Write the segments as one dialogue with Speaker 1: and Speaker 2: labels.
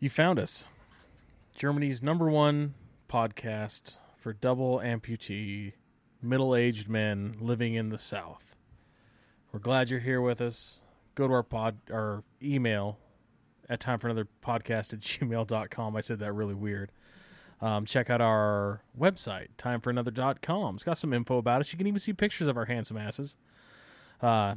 Speaker 1: You found us. Germany's number one podcast for double amputee middle aged men living in the South. We're glad you're here with us. Go to our pod our email at time for another podcast at gmail.com. I said that really weird. Um, check out our website, timeforanother.com. It's got some info about us. You can even see pictures of our handsome asses. Uh,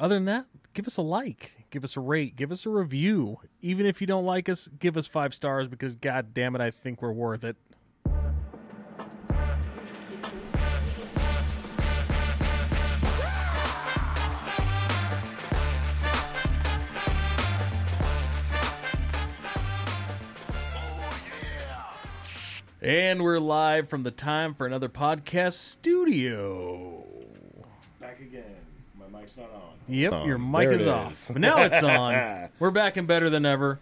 Speaker 1: other than that, give us a like, give us a rate, give us a review. Even if you don't like us, give us five stars because, god damn it, I think we're worth it. And we're live from the Time for Another Podcast studio.
Speaker 2: Back again. My mic's not on.
Speaker 1: Yep,
Speaker 3: on.
Speaker 1: your mic
Speaker 3: There
Speaker 1: Oh, is
Speaker 3: it
Speaker 1: off.
Speaker 3: is.
Speaker 1: But now it's on. We're back and better than ever.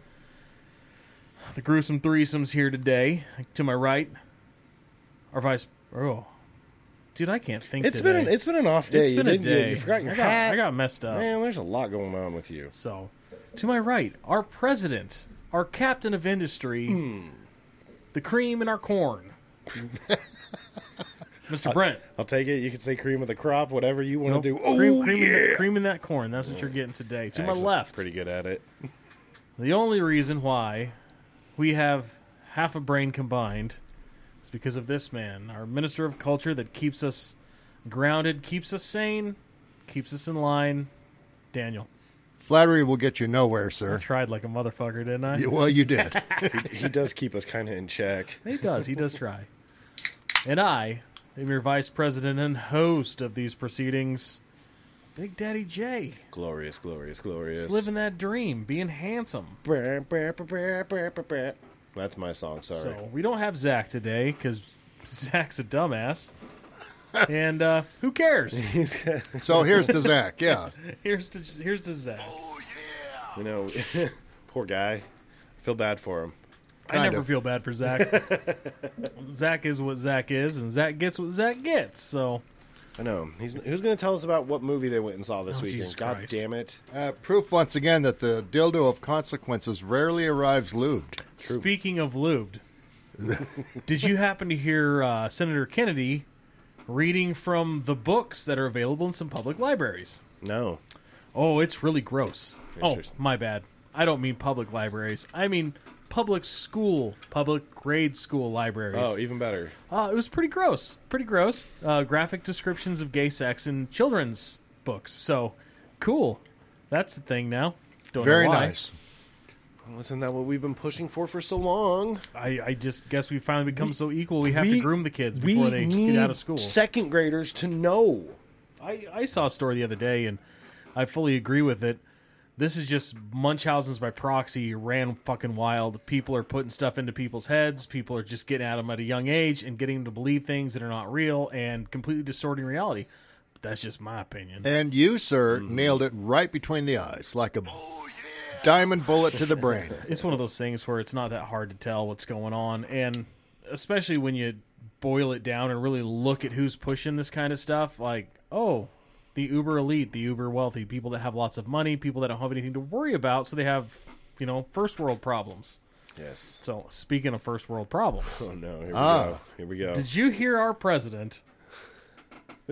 Speaker 1: The gruesome threesomes here today. To my right, our vice. Oh, dude, I can't think.
Speaker 3: It's
Speaker 1: today.
Speaker 3: been an, it's been an off day.
Speaker 1: It's
Speaker 3: You
Speaker 1: been a
Speaker 3: didn't- you-
Speaker 1: day.
Speaker 3: You forgot your
Speaker 1: I got,
Speaker 3: hat.
Speaker 1: I got messed up.
Speaker 3: Man, there's a lot going on with you.
Speaker 1: So, to my right, our president, our captain of industry,
Speaker 3: Hmm.
Speaker 1: the cream in our corn, Mr. Brent.
Speaker 3: I'll take it. You can say cream of the crop, whatever you want to do. Oh,
Speaker 1: cream, cream,
Speaker 3: yeah.
Speaker 1: in, cream in that corn. That's what you're getting today. To my
Speaker 3: Actually,
Speaker 1: left,
Speaker 3: Pretty good at it.
Speaker 1: The only reason why we have half a brain combined is because of this man, our minister of culture that keeps us grounded, keeps us sane, keeps us in line. Daniel.
Speaker 4: Flattery will get you nowhere, sir.
Speaker 1: Tried like a motherfucker, didn't I?
Speaker 4: Yeah, Well, you did.
Speaker 3: He does keep us kind of in check.
Speaker 1: He does. He does try. And I am your vice president and host of these proceedings, Big Daddy J.
Speaker 3: Glorious, glorious, glorious.
Speaker 1: Just living that dream, being handsome.
Speaker 3: Brr, brr, brr, brr, brr, brr, brr. That's my song. Sorry.
Speaker 1: So we don't have Zach today because Zach's a dumbass. and uh, who cares?
Speaker 4: So here's to Zach. Yeah.
Speaker 1: Here's to here's to Zach.
Speaker 3: you know, poor guy. I feel bad for him.
Speaker 1: I never
Speaker 4: of.
Speaker 1: feel bad for Zach. Zach is what Zach is, and Zach gets what Zach gets. So
Speaker 3: I know. He's who's going to tell us about what movie they went and saw this
Speaker 1: Oh,
Speaker 3: weekend?
Speaker 1: Jesus
Speaker 3: God
Speaker 1: Christ.
Speaker 3: damn it!
Speaker 4: Uh, proof once again that the dildo of consequences rarely arrives lubed.
Speaker 1: speaking of lubed, did you happen to hear uh, Senator Kennedy reading from the books that are available in some public libraries?
Speaker 3: No.
Speaker 1: Oh, it's really gross. Oh,
Speaker 3: Interesting.
Speaker 1: my bad. I don't mean public libraries. I mean public school, public grade school libraries.
Speaker 3: Oh, even better.
Speaker 1: Uh, it was pretty gross. Pretty gross. Uh, graphic descriptions of gay sex in children's books. So, cool. That's the thing now. Don't know
Speaker 4: Very
Speaker 1: why.
Speaker 4: nice.
Speaker 3: Wasn't that what we've been pushing for for so long?
Speaker 1: I, I just guess we finally become so equal. We have to
Speaker 3: we-
Speaker 1: groom the kids before they get out of school.
Speaker 3: Second graders to know.
Speaker 1: I, I saw a story the other day, and I fully agree with it. This is just Munchausen's by proxy ran fucking wild. People are putting stuff into people's heads. People are just getting at them at a young age and getting them to believe things that are not real and completely distorting reality. That's just my opinion.
Speaker 4: And you, sir,
Speaker 1: Mm-hmm.
Speaker 4: nailed it right between the eyes, like a
Speaker 1: Oh,
Speaker 4: diamond bullet to the brain.
Speaker 1: it's one of those things where it's not that hard to tell what's going on and especially when you boil it down and really look at who's pushing this kind of stuff like oh the uber elite the uber wealthy people that have lots of money people that don't have anything to worry about so they have you know first world problems
Speaker 3: Yes.
Speaker 1: so speaking of first world problems
Speaker 3: Oh no. Here we go.
Speaker 4: Ah.
Speaker 3: Here we go.
Speaker 1: did you hear our president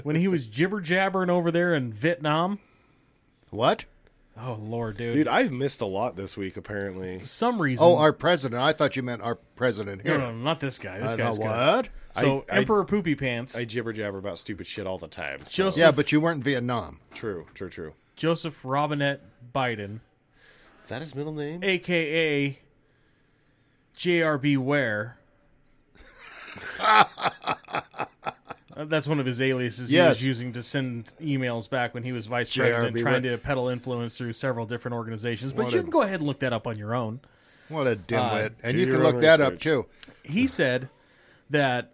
Speaker 1: when he was jibber jabbering over there in vietnam
Speaker 4: What?
Speaker 1: oh lord dude,
Speaker 3: Dude, I've missed a lot this week. Apparently,
Speaker 1: For some reason
Speaker 4: Oh, our president. I thought you meant our president
Speaker 1: no,
Speaker 4: here.
Speaker 1: no, no, not this guy this
Speaker 4: I
Speaker 1: guy's
Speaker 4: thought,
Speaker 1: good.
Speaker 4: what?
Speaker 1: so
Speaker 3: I- I-
Speaker 1: emperor poopy pants
Speaker 3: I jibber jabber about stupid shit all the time. so-
Speaker 1: Joseph-
Speaker 4: Yeah, but you weren't in Vietnam.
Speaker 3: True. True. True.
Speaker 1: Joseph Robinette Biden,
Speaker 3: Is that his middle name?
Speaker 1: aka JRB Ware. Uh, That's one of his aliases he
Speaker 4: Yes.
Speaker 1: was using to send emails back when he was vice president,
Speaker 4: J.R.B.
Speaker 1: trying
Speaker 4: Ware.
Speaker 1: to peddle influence through several different organizations. But
Speaker 4: What
Speaker 1: you
Speaker 4: a-
Speaker 1: can go ahead and look that up on your own.
Speaker 4: What a dimwit. and
Speaker 3: do
Speaker 4: you
Speaker 3: your
Speaker 4: can look
Speaker 3: own
Speaker 4: that up,
Speaker 3: research.
Speaker 4: too.
Speaker 1: He said that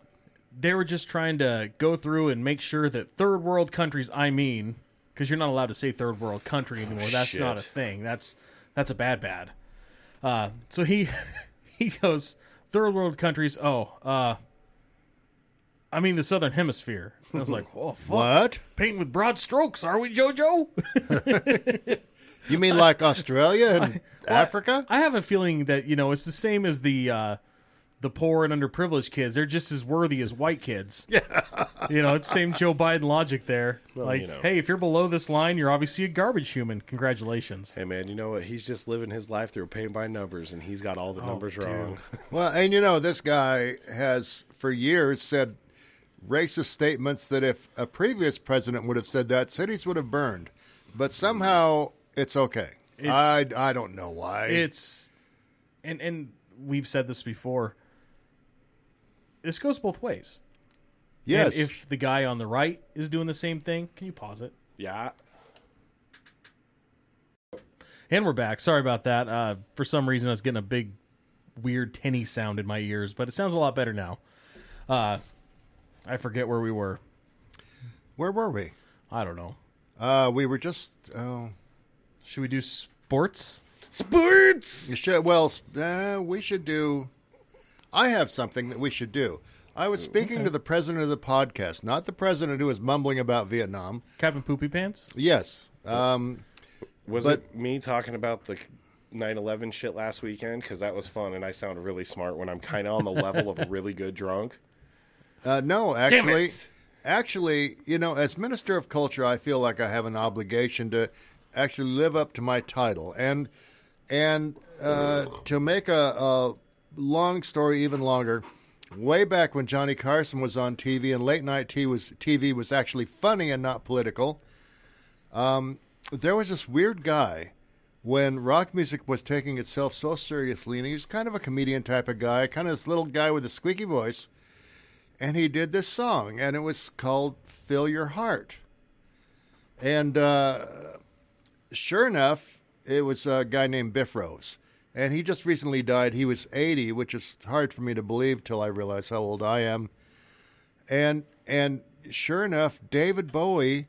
Speaker 1: they were just trying to go through and make sure that third world countries, I mean, because you're not allowed to say third world country anymore. That's
Speaker 3: shit.
Speaker 1: not a thing. That's that's a bad bad. Uh, so he he goes third world countries. Oh, uh, I mean the Southern Hemisphere. And I was like, oh fuck,
Speaker 4: What?
Speaker 1: painting with broad strokes, are we, JoJo?
Speaker 4: You mean like Australia and Africa?
Speaker 1: I have a feeling that you know it's the same as the uh, the poor and underprivileged kids. They're just as worthy as white kids. Yeah, you know, it's same Joe Biden logic there. like,
Speaker 3: you know.
Speaker 1: hey, if you're below this line, you're obviously a garbage human. Congratulations.
Speaker 3: Hey man, you know what? He's just living his life through pain by numbers, and he's got all the numbers
Speaker 1: Oh, dude.
Speaker 3: wrong.
Speaker 4: Well, and you know, this guy has for years said racist statements that if a previous president would have said that, cities would have burned. But somehow it's okay. I, I don't know why.
Speaker 1: It's and and we've said this before. This goes both ways. And
Speaker 4: yes.
Speaker 1: if the guy on the right is doing the same thing, can you pause it?
Speaker 3: Yeah,
Speaker 1: And we're back. Sorry about that. Uh, for some reason, I was getting a big, weird tinny sound in my ears, but it sounds a lot better now. Uh, I forget where we were.
Speaker 4: Where were we?
Speaker 1: I don't know.
Speaker 4: Uh, we were just. Oh,
Speaker 1: Should we do sports?
Speaker 3: sports.
Speaker 4: you should. Well, s- uh, we should do. I have something that we should do. I was speaking to the president of the podcast, not the president who was mumbling about Vietnam.
Speaker 1: Captain Poopy Pants?
Speaker 4: Yes. Um,
Speaker 3: Was
Speaker 4: But-
Speaker 3: it me talking about the 9/11 shit last weekend? Because that was fun, and I sound really smart when I'm kind of on the level of a really good drunk.
Speaker 4: Uh, no, actually,
Speaker 3: it.
Speaker 4: actually, you know, as minister of culture, I feel like I have an obligation to actually live up to my title and and uh, to make a, a long story even longer. Way back when Johnny Carson was on TV and late night tea was TV was actually funny and not political. Um, there was this weird guy when rock music was taking itself so seriously, and he was kind of a comedian type of guy, kind of this little guy with a squeaky voice and he did this song, and it was called "Fill Your Heart." And uh, sure enough, it was a guy named Biff Rose, and he just recently died. He was 80, which is hard for me to believe till I realize how old I am. And and sure enough, David Bowie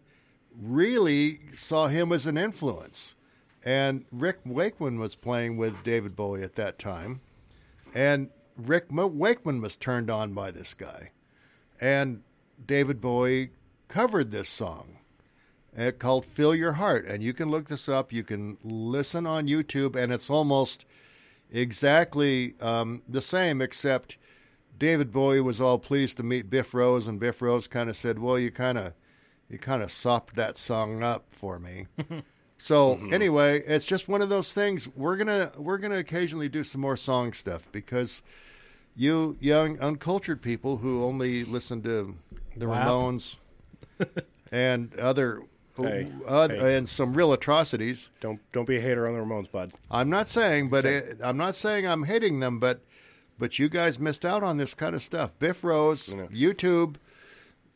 Speaker 4: really saw him as an influence. And Rick Wakeman was playing with David Bowie at that time and Rick Mo- Wakeman was turned on by this guy, and David Bowie covered this song uh, called "Fill Your Heart," and you can look this up. You can listen on YouTube, and it's almost exactly um, the same, except David Bowie was all pleased to meet Biff Rose, and Biff Rose kind of said, "Well, you kind of." You kind of sopped that song up for me. So anyway, it's just one of those things. We're gonna we're gonna occasionally do some more song stuff because you young uncultured people who only listen to the
Speaker 1: Wow.
Speaker 4: Ramones and other,
Speaker 3: Hey,
Speaker 4: oth-
Speaker 3: hey.
Speaker 4: and some real atrocities.
Speaker 3: Don't don't be a hater on the Ramones, bud.
Speaker 4: I'm not saying, but it, I'm not saying I'm hating them, but but you guys missed out on this kind of stuff. Biff Rose, YouTube,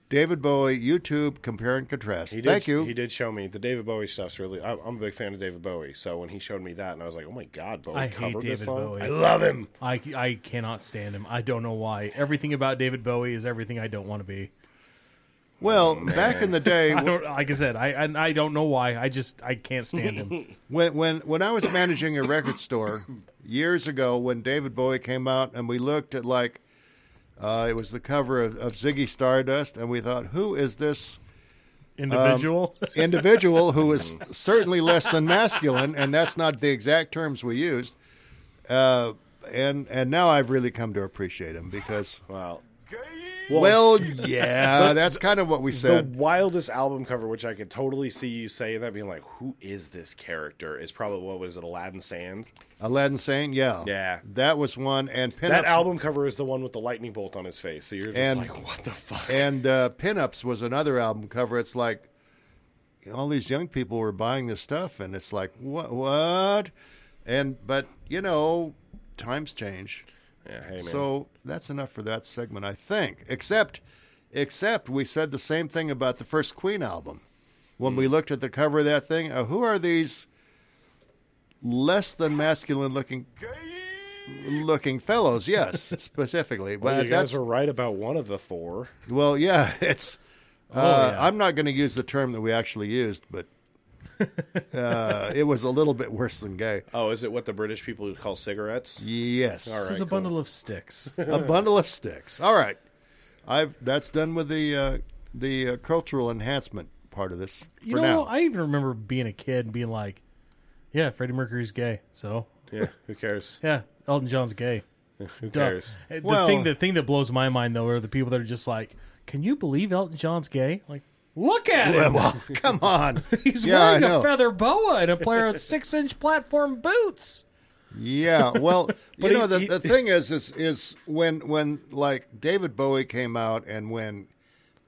Speaker 4: David Bowie, YouTube, compare and contrast.
Speaker 3: He did,
Speaker 4: Thank you.
Speaker 3: He did show me the David Bowie stuff's really. I, I'm a big fan of David Bowie, so when he showed me that, and I was like, "Oh my god, Bowie
Speaker 1: I hate
Speaker 3: covered this
Speaker 1: David
Speaker 3: song.
Speaker 1: Bowie.
Speaker 3: I love him."
Speaker 1: I, I cannot stand him. I don't know why. Everything about David Bowie is everything I don't want to be.
Speaker 3: oh,
Speaker 4: Well, back in the day,
Speaker 1: I don't like I said, I and I don't know why. I just I can't stand him.
Speaker 4: When when when I was managing a record store years ago, when David Bowie came out, and we looked at like uh, it was the cover of, of Ziggy Stardust, and we thought, who is this
Speaker 1: Individual.
Speaker 4: Um, individual who is certainly less than masculine? And that's not the exact terms we used. Uh, and and now I've really come to appreciate him because
Speaker 3: Wow.
Speaker 4: well, yeah, that's kind of what we
Speaker 3: The
Speaker 4: said.
Speaker 3: wildest album cover, which I could totally see you saying that, being like, "Who is this character?" Is probably what was it, Aladdin Sands?
Speaker 4: Aladdin Sane, yeah,
Speaker 3: Yeah.
Speaker 4: that was one. And Pin
Speaker 3: That
Speaker 4: Ups-
Speaker 3: album cover is the one with the lightning bolt on his face. So you're just
Speaker 4: And-
Speaker 3: like, "What the fuck?"
Speaker 4: And uh, Pinups was another album cover. It's like you know, all these young people were buying this stuff, and it's like what what? And but you know, times change.
Speaker 3: yeah, hey man.
Speaker 4: So that's enough for that segment, I think. Except, except we said the same thing about the first Queen album when
Speaker 3: Hmm.
Speaker 4: we looked at the cover of that thing. Uh, who are these less than masculine looking? Looking fellows, yes, specifically.
Speaker 3: Well,
Speaker 4: but
Speaker 3: you
Speaker 4: that's
Speaker 3: guys were right about one of the four.
Speaker 4: well, yeah, it's.
Speaker 3: Oh,
Speaker 4: Uh, I'm not going to use the term that we actually used, but uh, it was a little bit worse than gay.
Speaker 3: Oh, is it what the British people would call cigarettes?
Speaker 4: Yes,
Speaker 3: All
Speaker 1: this
Speaker 3: right.
Speaker 1: is a bundle of sticks.
Speaker 4: a bundle of sticks. All right, I've that's done with the uh, the uh, cultural enhancement part of this
Speaker 1: You
Speaker 4: for
Speaker 1: know,
Speaker 4: now.
Speaker 1: I even remember being a kid and being like, "Yeah, Freddie Mercury's gay." So
Speaker 3: Yeah, who cares?
Speaker 1: yeah, Elton John's gay.
Speaker 3: Who
Speaker 1: Duh.
Speaker 3: cares?
Speaker 1: Uh, The
Speaker 4: Well-
Speaker 1: thing, the thing that blows my mind though, are the people that are just like, "Can you believe Elton John's gay?" Like, look at him.
Speaker 4: Well, come on.
Speaker 1: He's
Speaker 4: yeah, I
Speaker 1: wearing
Speaker 4: know.
Speaker 1: a feather boa and a pair of six-inch platform boots.
Speaker 4: Yeah, well, you
Speaker 3: he-
Speaker 4: know the,
Speaker 3: he-
Speaker 4: the thing is, is is when when like David Bowie came out and when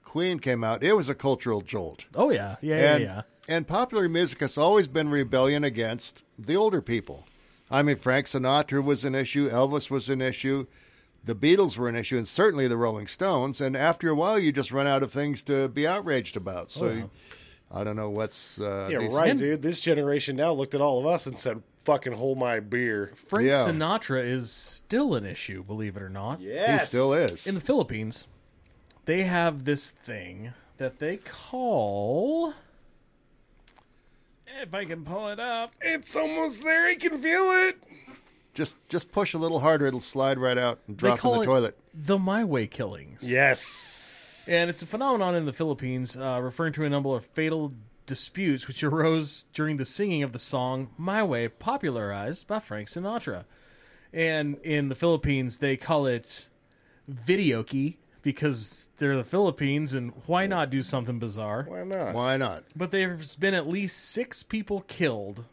Speaker 4: Queen came out, it was a cultural jolt.
Speaker 1: Oh yeah, yeah,
Speaker 4: And
Speaker 1: yeah, yeah.
Speaker 4: and popular music has always been rebellion against the older people. I mean, Frank Sinatra was an issue, Elvis was an issue, the Beatles were an issue, and certainly the Rolling Stones. And after a while, you just run out of things to be outraged about.
Speaker 1: Oh,
Speaker 4: So. I don't know what's uh,
Speaker 3: Yeah,
Speaker 4: these-
Speaker 3: right, dude. This generation now looked at all of us and said, "Fucking hold my beer."
Speaker 1: Frank
Speaker 4: Yeah.
Speaker 1: Sinatra is still an issue, believe it or not.
Speaker 3: Yes,
Speaker 4: He still is.
Speaker 1: In the Philippines, they have this thing that they call. If I can pull it up,
Speaker 3: It's almost there. He can feel it.
Speaker 4: Just just push a little harder; it'll slide right out and
Speaker 1: they
Speaker 4: drop in
Speaker 1: call
Speaker 4: the
Speaker 1: it
Speaker 4: toilet.
Speaker 1: the My Way killings.
Speaker 3: Yes.
Speaker 1: And it's a phenomenon in the Philippines, uh, referring to a number of fatal disputes which arose during the singing of the song My Way, popularized by Frank Sinatra. And in the Philippines, they call it videoke because they're the Philippines, and why not do something bizarre?
Speaker 3: Why not?
Speaker 4: Why not?
Speaker 1: But there's been at least six people killed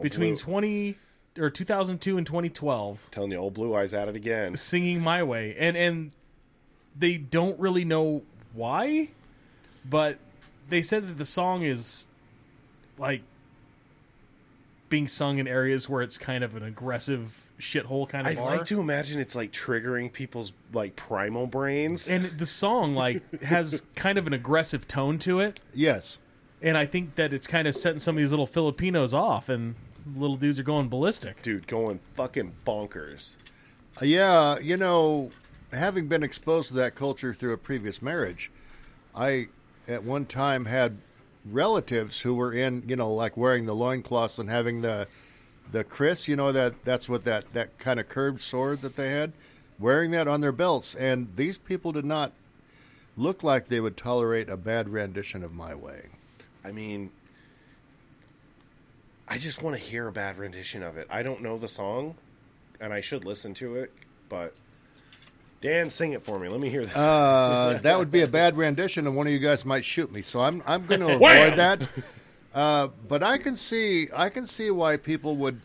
Speaker 1: between
Speaker 3: Blue.
Speaker 1: 20 or 2002 and 2012
Speaker 3: Telling you, old blue eyes at it again.
Speaker 1: singing my way and and they don't really know why but they said that the song is like being sung in areas where it's kind of an aggressive shithole kind of
Speaker 3: I
Speaker 1: bar
Speaker 3: like to imagine it's like triggering people's like primal brains.
Speaker 1: and the song like has kind of an aggressive tone to it
Speaker 4: Yes.
Speaker 1: and i think that it's kind of setting some of these little filipinos off and little dudes are going ballistic
Speaker 3: dude, going fucking bonkers.
Speaker 4: Yeah, you know, having been exposed to that culture through a previous marriage, I at one time had relatives who were in, you know, like wearing the loincloths and having the the Chris, you know, that that's what that that kind of curved sword that they had, wearing that on their belts, and these people did not look like they would tolerate a bad rendition of my way.
Speaker 3: I mean, I just want to hear a bad rendition of it. I don't know the song, and I should listen to it, but Dan, sing it for me. Let me hear this.
Speaker 4: Uh, that would be a bad rendition, and one of you guys might shoot me. So I'm I'm going to
Speaker 3: Wham!
Speaker 4: avoid that. Uh, but I can see I can see why people would,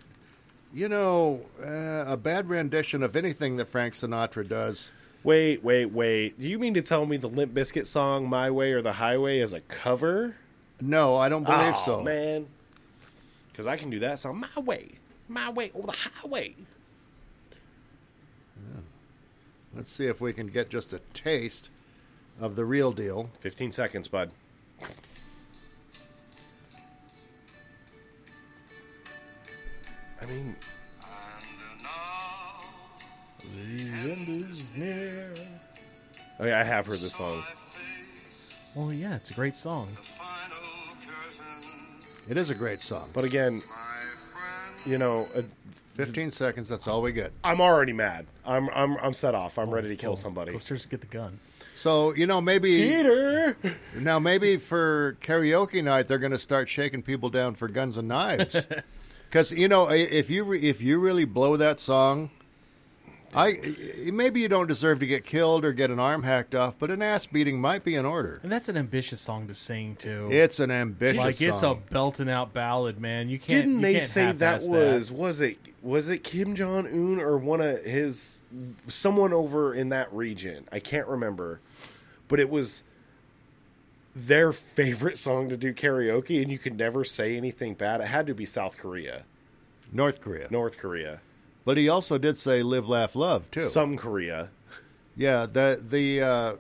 Speaker 4: you know, uh, a bad rendition of anything that Frank Sinatra does.
Speaker 3: wait, wait, wait. Do you mean to tell me the Limp Biscuit song "My Way or the Highway" is a cover?
Speaker 4: No, I don't believe
Speaker 3: Aw,
Speaker 4: so.
Speaker 3: Oh, man. Because I can do that song "My Way, My Way or the Highway."
Speaker 4: Let's see if we can get just a taste of the real deal.
Speaker 3: Fifteen seconds, bud. I mean, Okay, I have heard this song.
Speaker 1: well yeah it's a great song
Speaker 4: It is a great song.
Speaker 3: But again, you know, uh,
Speaker 4: Fifteen seconds. That's all we get.
Speaker 3: I'm already mad. I'm I'm I'm set off. I'm ready to kill
Speaker 1: Well,
Speaker 3: somebody.
Speaker 1: go upstairs and get the gun
Speaker 4: So you know maybe
Speaker 3: Peter.
Speaker 4: now maybe for karaoke night they're going to start shaking people down for guns and knives. Because you know, i- if you re- if you really blow that song, I i- maybe you don't deserve to get killed or get an arm hacked off, but an ass beating might be in order.
Speaker 1: and that's an ambitious song to sing too
Speaker 4: It's an ambitious
Speaker 1: like it's a
Speaker 4: song.
Speaker 1: belting out ballad, man. You can't.
Speaker 3: Didn't
Speaker 1: you
Speaker 3: they
Speaker 1: can't
Speaker 3: say that
Speaker 1: half-ass
Speaker 3: was was it was it Kim Jong Un or one of his someone over in that region? I can't remember, but it was their favorite song to do karaoke, and you could never say anything bad. It had to be South Korea,
Speaker 4: North Korea.
Speaker 3: North Korea,
Speaker 4: But he also did say "Live, Laugh, Love" too.
Speaker 3: some Korea.
Speaker 4: yeah, the the uh,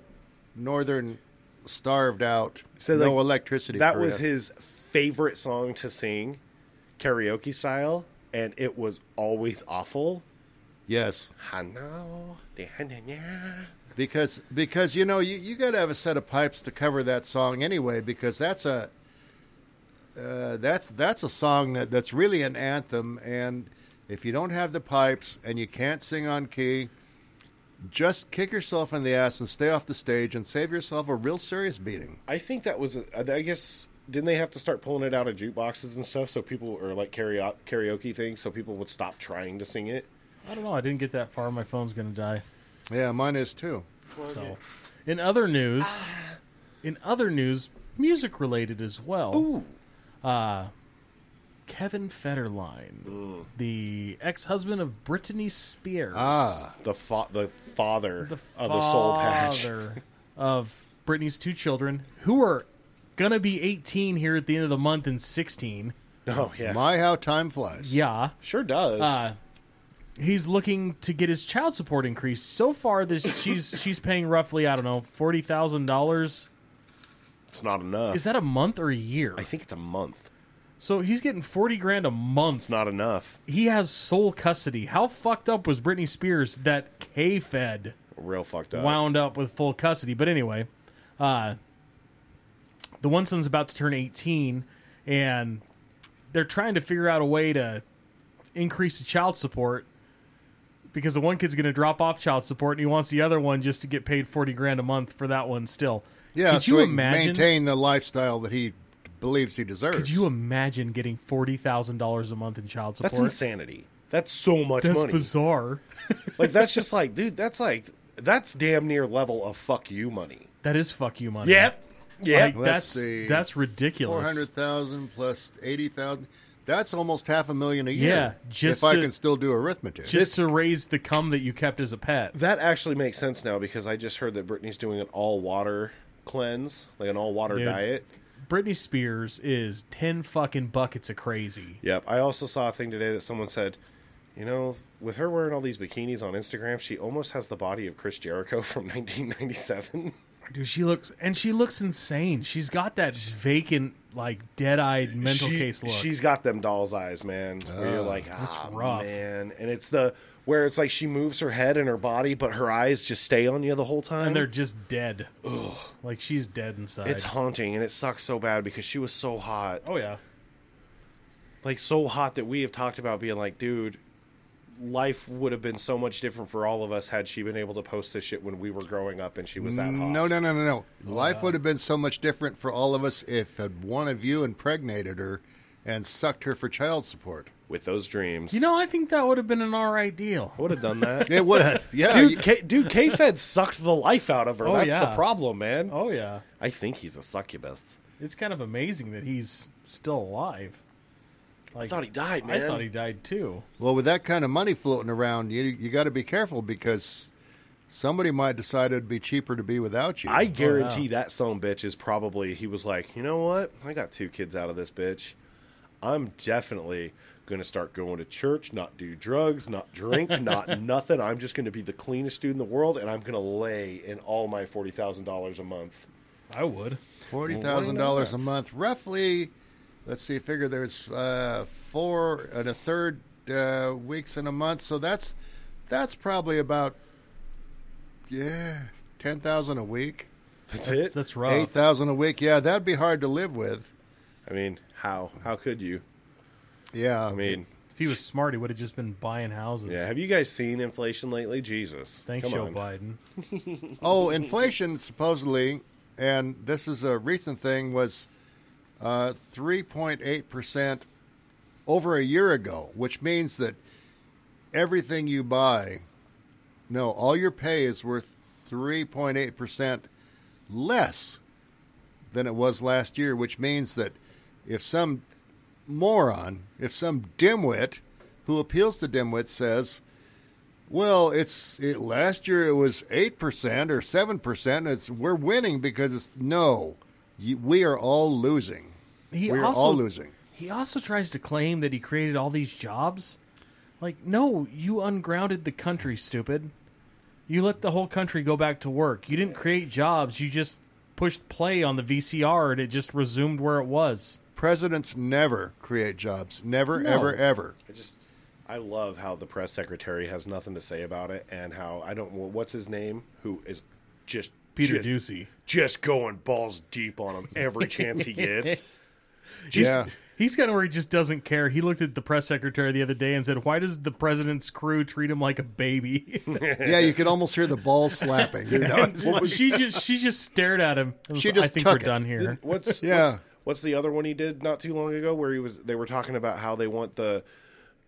Speaker 4: northern starved out,
Speaker 3: So,
Speaker 4: no
Speaker 3: like,
Speaker 4: electricity.
Speaker 3: That
Speaker 4: Korea.
Speaker 3: was his favorite song to sing, karaoke style, and it was always awful.
Speaker 4: yes.
Speaker 3: Hano, de hananya.
Speaker 4: because because you know you, you got to have a set of pipes to cover that song anyway because that's a uh, that's that's a song that, that's really an anthem and if you don't have the pipes and you can't sing on key Just kick yourself in the ass and stay off the stage and save yourself a real serious beating.
Speaker 3: I think that was. I guess didn't they have to start pulling it out of jukeboxes and stuff so people or like karaoke karaoke things so people would stop trying to sing it.
Speaker 1: I don't know. I didn't get that far. My phone's gonna die.
Speaker 4: Yeah, mine is too.
Speaker 1: So, in other news, in other news, music related as well. Ooh. Uh, Kevin Federline, the ex-husband of Britney Spears,
Speaker 4: Ah,
Speaker 3: The fa- the father
Speaker 1: the
Speaker 3: of Oh, the soul patch.
Speaker 1: father of Britney's two children, who are gonna be 18 here at the end of the month and 16.
Speaker 3: Oh yeah,
Speaker 4: my how time flies.
Speaker 1: Yeah.
Speaker 3: sure does.
Speaker 1: Uh, he's looking to get his child support increased. So far, this she's she's paying roughly I don't know forty thousand dollars.
Speaker 3: it's not enough.
Speaker 1: Is that a month or a year?
Speaker 3: I think it's a month.
Speaker 1: So he's getting forty grand a month.
Speaker 3: It's not enough.
Speaker 1: He has sole custody. How fucked up was Britney Spears that K Fed
Speaker 3: Real fucked up.
Speaker 1: wound up with full custody? But anyway, uh, the one son's about to turn eighteen, and they're trying to figure out a way to increase the child support because the one kid's going to drop off child support and he wants the other one just to get paid 40 grand a month for that one still.
Speaker 4: Yeah,
Speaker 1: Could
Speaker 4: so
Speaker 1: you
Speaker 4: he can
Speaker 1: imagine?
Speaker 4: maintain the lifestyle that he believes he deserves.
Speaker 1: Could you imagine getting $40,000 a month in child support?
Speaker 3: That's insanity. That's so much
Speaker 1: That's
Speaker 3: money.
Speaker 1: bizarre.
Speaker 3: Like that's just like, dude, that's like that's damn near level of fuck you money.
Speaker 1: That is fuck you money.
Speaker 3: Yep.
Speaker 1: Like,
Speaker 4: Let's
Speaker 1: that's
Speaker 4: see.
Speaker 1: that's ridiculous.
Speaker 4: Four hundred thousand plus eighty thousand. That's almost half a million a year.
Speaker 1: Yeah, just
Speaker 4: if I
Speaker 1: to-
Speaker 4: can still do arithmetic.
Speaker 1: just to raise the cum that you kept as a pet.
Speaker 3: that actually makes sense now because I just heard that Britney's doing an all water cleanse, like an all water
Speaker 1: Dude.
Speaker 3: diet.
Speaker 1: Britney Spears is 10 fucking buckets of crazy.
Speaker 3: Yep. I also saw a thing today that someone said, you know, with her wearing all these bikinis on Instagram, she almost has the body of Chris Jericho from 1997.
Speaker 1: Dude, she looks and she looks insane. She's got that vacant, like dead-eyed mental
Speaker 3: She-
Speaker 1: case look.
Speaker 3: She's got them doll's eyes, man. Where you're like, ah,
Speaker 1: rough."
Speaker 3: man, and it's the where it's like she moves her head and her body, but her eyes just stay on you the whole time.
Speaker 1: and they're just dead. Like she's dead inside.
Speaker 3: it's haunting, and it sucks so bad because she was so hot,
Speaker 1: oh yeah,
Speaker 3: like so hot that we have talked about being like, dude. Life would have been so much different for all of us had she been able to post this shit when we were growing up and she was that hot.
Speaker 4: No, no, no, no, no. Life would have been so much different for all of us if had one of you impregnated her and sucked her for child support.
Speaker 3: with those dreams.
Speaker 1: you know I think that would have been an all right deal.
Speaker 3: I would have done that.
Speaker 4: It would have. Yeah. you-
Speaker 3: Dude, K- dude, K-Fed sucked the life out of her.
Speaker 1: Oh,
Speaker 3: That's the
Speaker 1: yeah.
Speaker 3: problem, man.
Speaker 1: Oh yeah,
Speaker 3: I think he's a succubus.
Speaker 1: it's kind of amazing that he's still alive. Like,
Speaker 3: I thought he died,
Speaker 1: I
Speaker 3: man.
Speaker 1: thought he died too.
Speaker 4: well, with that kind of money floating around, you you got to be careful because somebody might decide it'd be cheaper to be without you.
Speaker 1: Oh,
Speaker 3: I guarantee that son of a bitch is probably he was like, you know what? I got two kids out of this bitch. I'm definitely gonna start going to church, not do drugs, not drink, not nothing. I'm just gonna be the cleanest dude in the world, and I'm gonna lay in all my forty thousand dollars a month.
Speaker 1: I would.
Speaker 4: forty thousand dollars a month, roughly. Let's see, figure there's uh, four and a third uh, weeks in a month, so that's that's probably about yeah ten thousand a week,
Speaker 3: That's it.
Speaker 1: That's rough.
Speaker 4: eight thousand a week. Yeah, that'd be hard to live with.
Speaker 3: I mean, how how could you?
Speaker 4: Yeah,
Speaker 3: I mean,
Speaker 1: If he was smart, he would have just been buying houses.
Speaker 3: yeah. Have you guys seen inflation lately? Jesus.
Speaker 1: Thanks,
Speaker 3: Come
Speaker 1: Joe
Speaker 3: on.
Speaker 1: Biden.
Speaker 4: Oh, inflation supposedly, and this is a recent thing, was uh, three point eight percent over a year ago, which means that everything you buy, no, all your pay is worth three point eight percent less than it was last year, which means that if some moron, if some dimwit who appeals to dimwit says, well, it's it, last year it was eight percent or seven percent. It's we're winning because it's no, you, we are all losing.
Speaker 1: He
Speaker 4: we are
Speaker 1: also-
Speaker 4: all losing.
Speaker 1: He also tries to claim that he created all these jobs. Like, no, you ungrounded the country, stupid. You let the whole country go back to work. You didn't create jobs. You just pushed play on the VCR and it just resumed where it was.
Speaker 4: Presidents never create jobs. Never,
Speaker 1: No.
Speaker 4: ever, ever.
Speaker 3: I just I love how the press secretary has nothing to say about it, and how I don't what's his name who is just
Speaker 1: Peter
Speaker 3: just,
Speaker 1: Ducey.
Speaker 3: just going balls deep on him every chance he gets. Just,
Speaker 4: Yeah.
Speaker 1: He's kind of where he just doesn't care. He looked at the press secretary the other day and said, "Why does the president's crew treat him like a baby?"
Speaker 4: Yeah, you could almost hear the balls slapping. You know? It's like-
Speaker 1: she just she just stared at him. and
Speaker 4: She
Speaker 1: was,
Speaker 4: just
Speaker 1: I think
Speaker 4: took
Speaker 1: we're
Speaker 4: it.
Speaker 1: done here.
Speaker 3: What's
Speaker 4: Yeah.
Speaker 3: What's, what's the other one he did not too long ago where he was? They were talking about how they want the.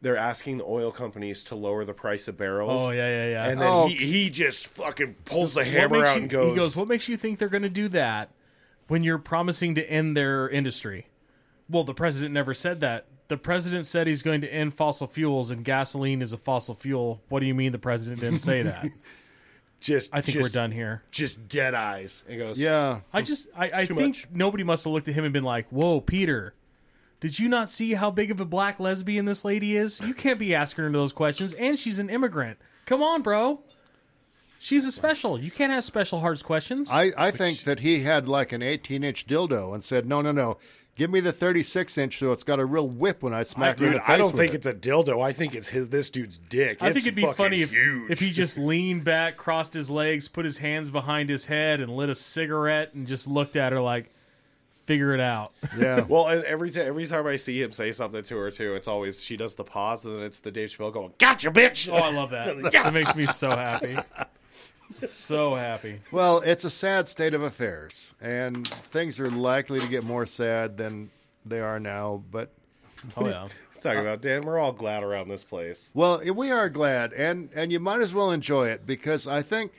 Speaker 3: They're asking the oil companies to lower the price of barrels.
Speaker 1: Oh yeah, yeah, yeah.
Speaker 3: And then
Speaker 4: Oh.
Speaker 3: he, he just fucking pulls the
Speaker 1: What
Speaker 3: hammer
Speaker 1: makes
Speaker 3: out
Speaker 1: you-
Speaker 3: and goes.
Speaker 1: He goes, "What makes you think they're going to do that when you're promising to end their industry?" Well, the president never said that. The president said he's going to end fossil fuels, and gasoline is a fossil fuel. What do you mean the president didn't say that?
Speaker 3: just
Speaker 1: I think
Speaker 3: just,
Speaker 1: we're done here.
Speaker 3: Just dead eyes and goes.
Speaker 4: yeah.
Speaker 1: I just, I, I
Speaker 3: too
Speaker 1: think
Speaker 3: much.
Speaker 1: nobody must have looked at him and been like, "Whoa, Peter." Did you not see how big of a black lesbian this lady is? You can't be asking her those questions, and she's an immigrant. Come on, bro. She's a special. You can't ask special hearts questions.
Speaker 4: I, I think that he had like an 18 inch dildo and said, no, no, no. Give me the 36 inch so it's got a real whip when I smack you in
Speaker 3: Dude,
Speaker 4: the face.
Speaker 3: I don't
Speaker 4: with
Speaker 3: think
Speaker 4: it.
Speaker 3: it's a dildo. I think it's his this dude's dick.
Speaker 1: I think it'd be funny if,
Speaker 3: huge.
Speaker 1: if he just leaned back, crossed his legs, put his hands behind his head, and lit a cigarette, and just looked at her like, "Figure it out."
Speaker 4: Yeah.
Speaker 3: Well, and every time every time I see him say something to her too, it's always she does the pause, and then it's the Dave Chappelle going, "Gotcha, bitch."
Speaker 1: Oh, I love that. That makes me so happy. So happy.
Speaker 4: Well, it's a sad state of affairs, and things are likely to get more sad than they are now. But
Speaker 1: Oh yeah.
Speaker 3: Talking about Dan, we're all glad around this place.
Speaker 4: well, we are glad, and and you might as well enjoy it because I think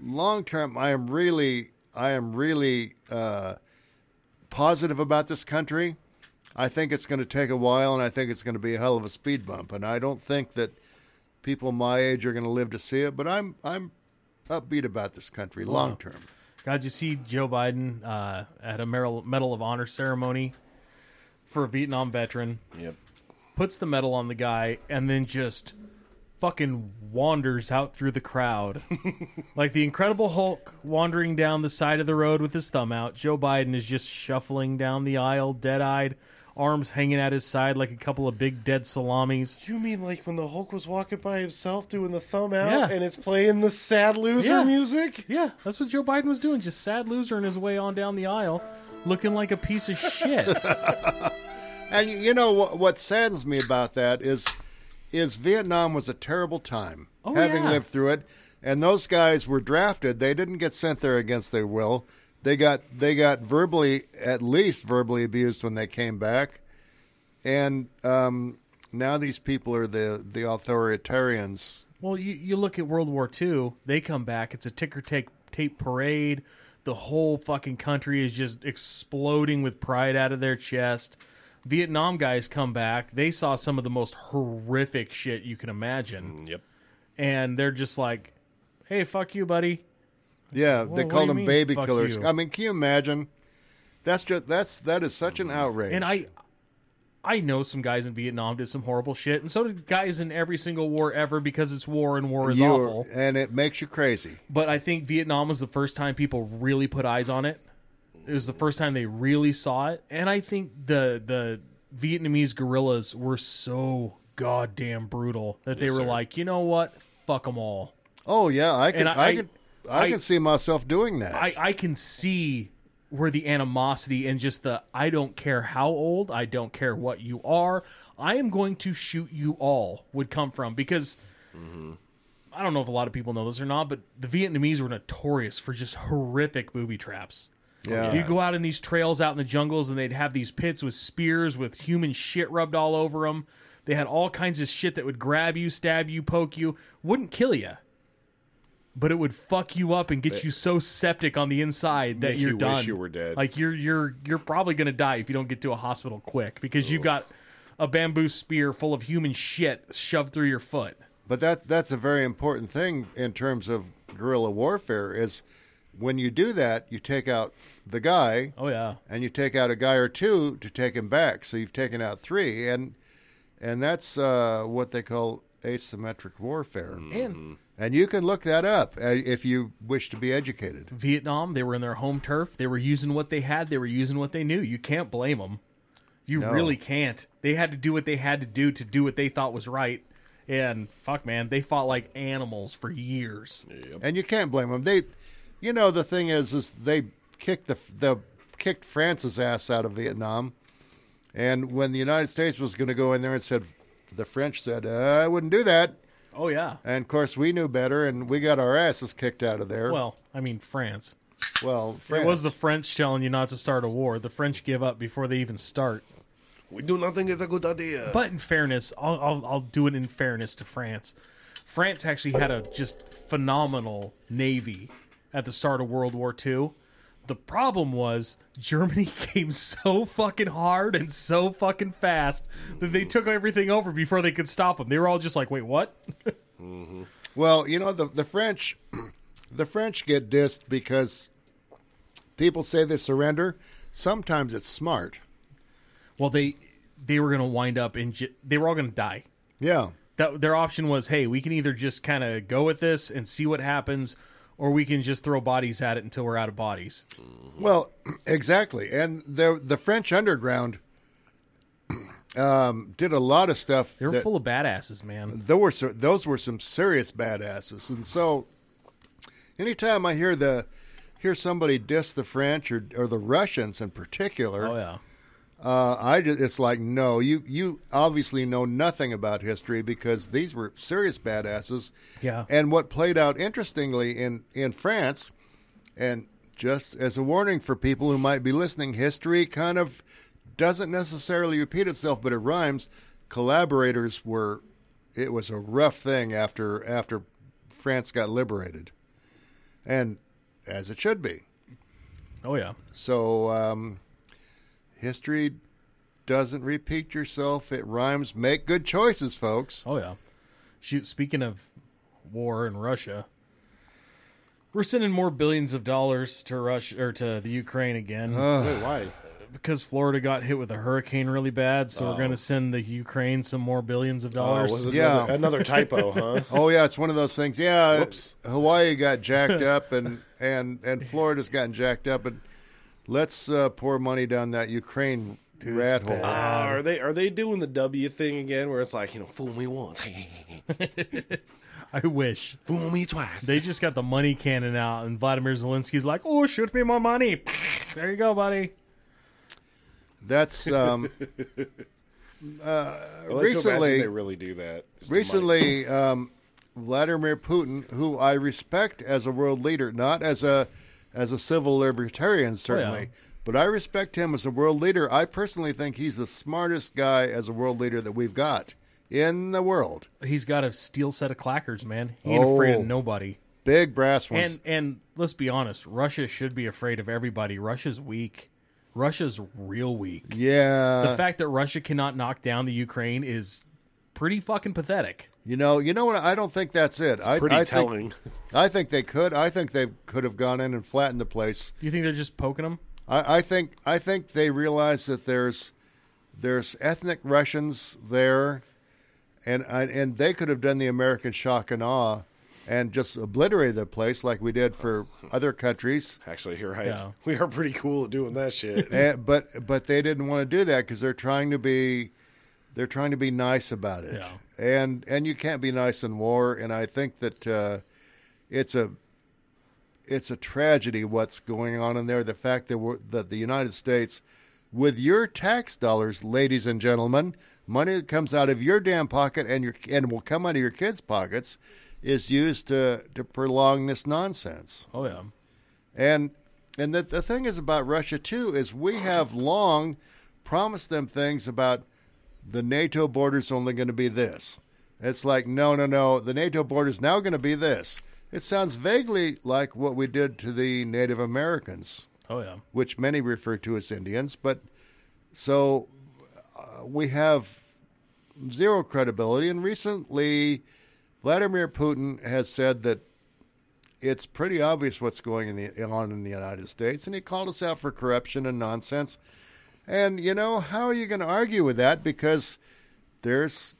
Speaker 4: long term, I am really, I am really uh, positive about this country. I think it's going to take a while, and I think it's going to be a hell of a speed bump. And I don't think that people my age are going to live to see it. But I'm I'm upbeat about this country long term.
Speaker 1: God, you see Joe Biden uh, at a Medal Medal of Honor ceremony for a Vietnam veteran.
Speaker 3: Yep.
Speaker 1: puts the medal on the guy and then just fucking wanders out through the crowd like the incredible hulk wandering down the side of the road with his thumb out joe biden is just shuffling down the aisle dead-eyed arms hanging at his side like a couple of big dead salamis
Speaker 3: You mean like when the Hulk was walking by himself doing the thumb out
Speaker 1: Yeah.
Speaker 3: and it's playing the sad loser
Speaker 1: Yeah.
Speaker 3: music?
Speaker 1: yeah that's what joe biden was doing just sad loser in his way on down the aisle looking like a piece of shit
Speaker 4: And you- you know what, what saddens me about that is is Vietnam was a terrible time
Speaker 1: Oh,
Speaker 4: having
Speaker 1: yeah.
Speaker 4: lived through it and those guys were drafted they didn't get sent there against their will they got they got verbally at least verbally abused when they came back and um, now these people are the the authoritarians
Speaker 1: Well, you, you look at World War II, they come back, it's a ticker tape, tape parade. The whole fucking country is just exploding with pride out of their chest. Vietnam guys come back, they saw some of the most horrific shit you can imagine.
Speaker 3: Yep.
Speaker 1: And they're just like, hey, fuck you, buddy.
Speaker 4: yeah
Speaker 1: Well,
Speaker 4: they
Speaker 1: what do
Speaker 4: called
Speaker 1: you
Speaker 4: them
Speaker 1: mean,
Speaker 4: baby
Speaker 1: fuck
Speaker 4: killers
Speaker 1: you?
Speaker 4: I mean can you imagine that's just that's that is such an outrage
Speaker 1: And I. I know some guys in Vietnam did some horrible shit, and so did guys in every single war ever because it's war and war is
Speaker 4: You-
Speaker 1: awful.
Speaker 4: and it makes you crazy
Speaker 1: but I think Vietnam was the first time people really put eyes on it. It was the first time they really saw it, and I think the the Vietnamese guerrillas were so goddamn brutal that they were like, you know what, fuck them all.
Speaker 4: Oh yeah, I can
Speaker 1: And
Speaker 4: I,
Speaker 1: I-
Speaker 4: can I,
Speaker 1: I-
Speaker 4: can see myself doing that.
Speaker 1: I I can see where the animosity and just the I don't care how old, I don't care what you are, I am going to shoot you all would come from because I don't know if a lot of people know this or not, but the Vietnamese were notorious for just horrific booby traps.
Speaker 4: yeah.
Speaker 1: You go out in these trails out in the jungles, and they'd have these pits with spears with human shit rubbed all over them. They had all kinds of shit that would grab you, stab you, poke you, wouldn't kill you, but it would fuck you up and get you so septic on the inside that
Speaker 3: Make
Speaker 1: you're
Speaker 3: you wish
Speaker 1: done.
Speaker 3: you were dead.
Speaker 1: Like you're you're you're probably gonna die if you don't get to a hospital quick because you got a bamboo spear full of human shit shoved through your foot.
Speaker 4: but that's that's a very important thing in terms of guerrilla warfare is when you do that, you take out the guy
Speaker 1: Oh yeah,
Speaker 4: and you take out a guy or two to take him back. So you've taken out three and and that's uh, what they call asymmetric warfare.
Speaker 3: Mm-hmm.
Speaker 1: and
Speaker 4: And you can look that up uh, if you wish to be educated.
Speaker 1: Vietnam. They were in their home turf. They were using what they had. They were using what they knew. You can't blame them. You really can't. They had to do what they had to do to do what they thought was right. And fuck, man, they fought like animals for years.
Speaker 4: and you can't blame them. They, you know, the thing is, is they kicked the the kicked France's ass out of Vietnam, And when the United States was going to go in there and said, the French said, uh, I wouldn't do that.
Speaker 1: Oh yeah.
Speaker 4: And of course, we knew better, and we got our asses kicked out of there.
Speaker 1: Well, I mean France.
Speaker 4: well, France.
Speaker 1: It was the French telling you not to start a war. The French give up before they even start.
Speaker 3: We do not think it's a good idea.
Speaker 1: But in fairness, I'll, I'll, I'll do it in fairness to France. France actually had a just phenomenal navy at the start of World War II. The problem was Germany came so fucking hard and so fucking fast that they took everything over before they could stop them. They were all just like, "Wait, what?"
Speaker 4: Well, you know the the French, the French get dissed because people say they surrender. Sometimes it's smart.
Speaker 1: Well, they they were gonna wind up in. J- they were all gonna die.
Speaker 4: Yeah,
Speaker 1: that their option was, hey, we can either just kind of go with this and see what happens, or we can just throw bodies at it until we're out of bodies.
Speaker 4: Well, exactly, and the the French underground um, did a lot of stuff.
Speaker 1: They were
Speaker 4: that-
Speaker 1: full of badasses, man.
Speaker 4: there were some, those were some serious badasses, and so anytime I hear the hear somebody diss the French or or the Russians in particular,
Speaker 1: Oh yeah,
Speaker 4: uh, I just, it's like no, you you obviously know nothing about history because these were serious badasses.
Speaker 1: Yeah.
Speaker 4: And what played out interestingly in in France, and just as a warning for people who might be listening, history kind of doesn't necessarily repeat itself, but it rhymes. Collaborators were, it was a rough thing after after France got liberated, and as it should be.
Speaker 1: oh yeah.
Speaker 4: So um, history doesn't repeat yourself. It rhymes. Make good choices, folks.
Speaker 1: Oh yeah. Shoot, speaking of war in Russia, we're sending more billions of dollars to Russia or to the Ukraine again
Speaker 3: Wait, why?
Speaker 1: because Florida got hit with a hurricane really bad. So we're going to send the Ukraine some more billions of
Speaker 3: Oh,
Speaker 1: dollars.
Speaker 3: was it
Speaker 4: Yeah.
Speaker 3: another, another typo, huh? Uh,
Speaker 4: Oh yeah, it's one of those things. Yeah,
Speaker 3: Whoops.
Speaker 4: Hawaii got jacked up, and and and Florida's gotten jacked up, and let's uh, pour money down that Ukraine rat hole.
Speaker 3: Ah, are they are they doing the W thing again? Where it's like you know, fool me once,
Speaker 1: I wish
Speaker 3: fool me twice.
Speaker 1: they just got the money cannon out, and Vladimir Zelensky's like, "Oh, shoot me more money." There you go, buddy.
Speaker 4: That's um,
Speaker 3: I like to imagine
Speaker 4: recently-
Speaker 3: they really do that. Just
Speaker 4: Recently, um, Vladimir Putin, who I respect as a world leader, not as a as a civil
Speaker 1: Oh,
Speaker 4: libertarian certainly, but I respect him as a world leader. I personally think he's the smartest guy as a world leader that we've got in the world.
Speaker 1: He's got a steel set of clackers, man. He ain't afraid
Speaker 4: Oh.
Speaker 1: of nobody.
Speaker 4: Big brass ones.
Speaker 1: And and let's be honest, Russia should be afraid of everybody. Russia's weak. Russia's real weak.
Speaker 4: yeah.
Speaker 1: The fact that Russia cannot knock down the Ukraine is pretty fucking pathetic.
Speaker 4: You know, you know what? I don't think that's it. I,
Speaker 3: pretty
Speaker 4: I
Speaker 3: telling.
Speaker 4: Think, I think they could. I think they could have gone in and flattened the place.
Speaker 1: Do you think they're just poking them?
Speaker 4: I, I think I think they realize that there's there's ethnic Russians there, and I- and they could have done the American shock and awe, and just obliterated the place like we did for other countries.
Speaker 3: Actually, here I
Speaker 1: Yeah.
Speaker 3: We are pretty cool at doing that shit.
Speaker 4: And, but but they didn't want to do that because they're trying to be they're trying to be nice about it.
Speaker 1: Yeah.
Speaker 4: And and you can't be nice in war. And I think that uh, it's a it's a tragedy what's going on in there. The fact that we're, that the United States, with your tax dollars, ladies and gentlemen, money that comes out of your damn pocket and your and will come out of your kids' pockets, is used to to prolong this nonsense.
Speaker 1: Oh yeah.
Speaker 4: And and the, the thing is about Russia too is we have long promised them things about the NATO border's only going to be this. It's like no no no the NATO border's now going to be this. It sounds vaguely like what we did to the Native Americans,
Speaker 1: Oh yeah.
Speaker 4: which many refer to as Indians, but so uh, we have zero credibility. And recently, Vladimir Putin has said that it's pretty obvious what's going in the, on in the United States, and he called us out for corruption and nonsense. And you know how are you going to argue with that? Because there's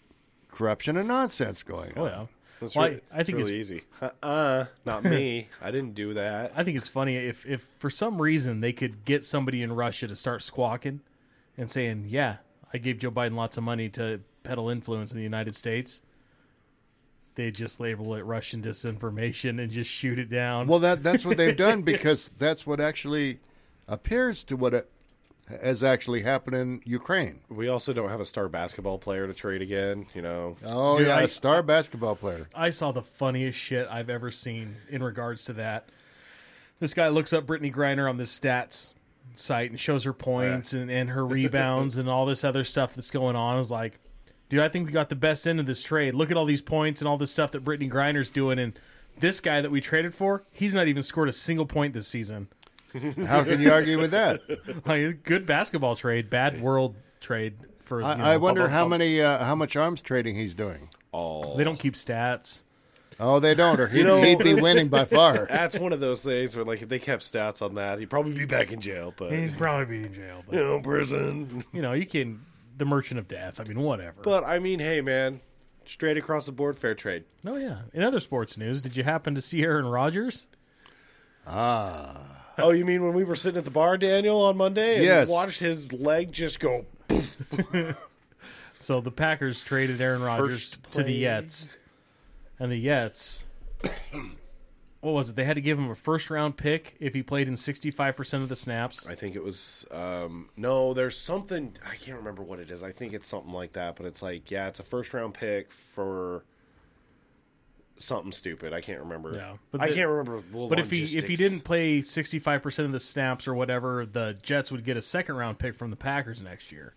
Speaker 4: corruption and nonsense going
Speaker 1: Oh
Speaker 4: on.
Speaker 1: yeah.
Speaker 3: That's
Speaker 1: Well, I-
Speaker 3: really,
Speaker 1: I think
Speaker 3: really
Speaker 1: it's-
Speaker 3: easy. Uh, uh not me. I didn't do that.
Speaker 1: I think it's funny if if for some reason they could get somebody in Russia to start squawking and saying, "Yeah, I gave Joe Biden lots of money to peddle influence in the United States." They just label it Russian disinformation and just shoot it down.
Speaker 4: Well, that that's what they've done because that's what actually appears to what it, has actually happened in Ukraine.
Speaker 3: We also don't have a star basketball player to trade again. You know,
Speaker 4: Oh
Speaker 1: Dude,
Speaker 4: yeah,
Speaker 1: I-
Speaker 4: a star basketball player.
Speaker 1: I saw the funniest shit I've ever seen in regards to that. This guy looks up Brittany Griner on this stats site and shows her points and, and her rebounds and all this other stuff that's going on. Is like, dude, I think we got the best end of this trade. Look at all these points and all this stuff that Brittany Griner's doing. And this guy that we traded for, he's not even scored a single point this season.
Speaker 4: How can you argue with that?
Speaker 1: Like, good basketball trade, bad world trade. For you know,
Speaker 4: I, I wonder
Speaker 1: blah, blah, blah.
Speaker 4: how many uh, how much arms trading he's doing.
Speaker 3: all
Speaker 1: they don't keep stats.
Speaker 4: Oh, they don't, or he'd,
Speaker 3: know,
Speaker 4: he'd be
Speaker 3: it's-
Speaker 4: winning by far.
Speaker 3: that's one of those things where like if they kept stats on that, he'd probably be back in jail. But you
Speaker 1: He'd probably be in jail, but
Speaker 3: know, prison.
Speaker 1: you know you can. The Merchant of Death. I mean, whatever.
Speaker 3: But I mean, hey, man, straight across the board, fair trade.
Speaker 1: Oh yeah. In other sports news, did you happen to see Aaron Rodgers?
Speaker 3: Oh, you mean when we were sitting at the bar, Daniel, on Monday? And
Speaker 4: Yes.
Speaker 3: Watched his leg just go.
Speaker 1: So the Packers traded Aaron Rodgers
Speaker 3: First
Speaker 1: to the
Speaker 3: play.
Speaker 1: Jets, and the Jets. What was it? They had to give him a first round pick if he played in sixty five percent of the snaps.
Speaker 3: I think it was um, no. There's something I can't remember what it is. I think it's something like that, but it's like yeah, it's a first round pick for something stupid. I can't remember.
Speaker 1: Yeah, but
Speaker 3: I
Speaker 1: the-
Speaker 3: can't remember. The
Speaker 1: But if he if he
Speaker 3: logistics.
Speaker 1: didn't play sixty five percent of the snaps or whatever, the Jets would get a second round pick from the Packers next year.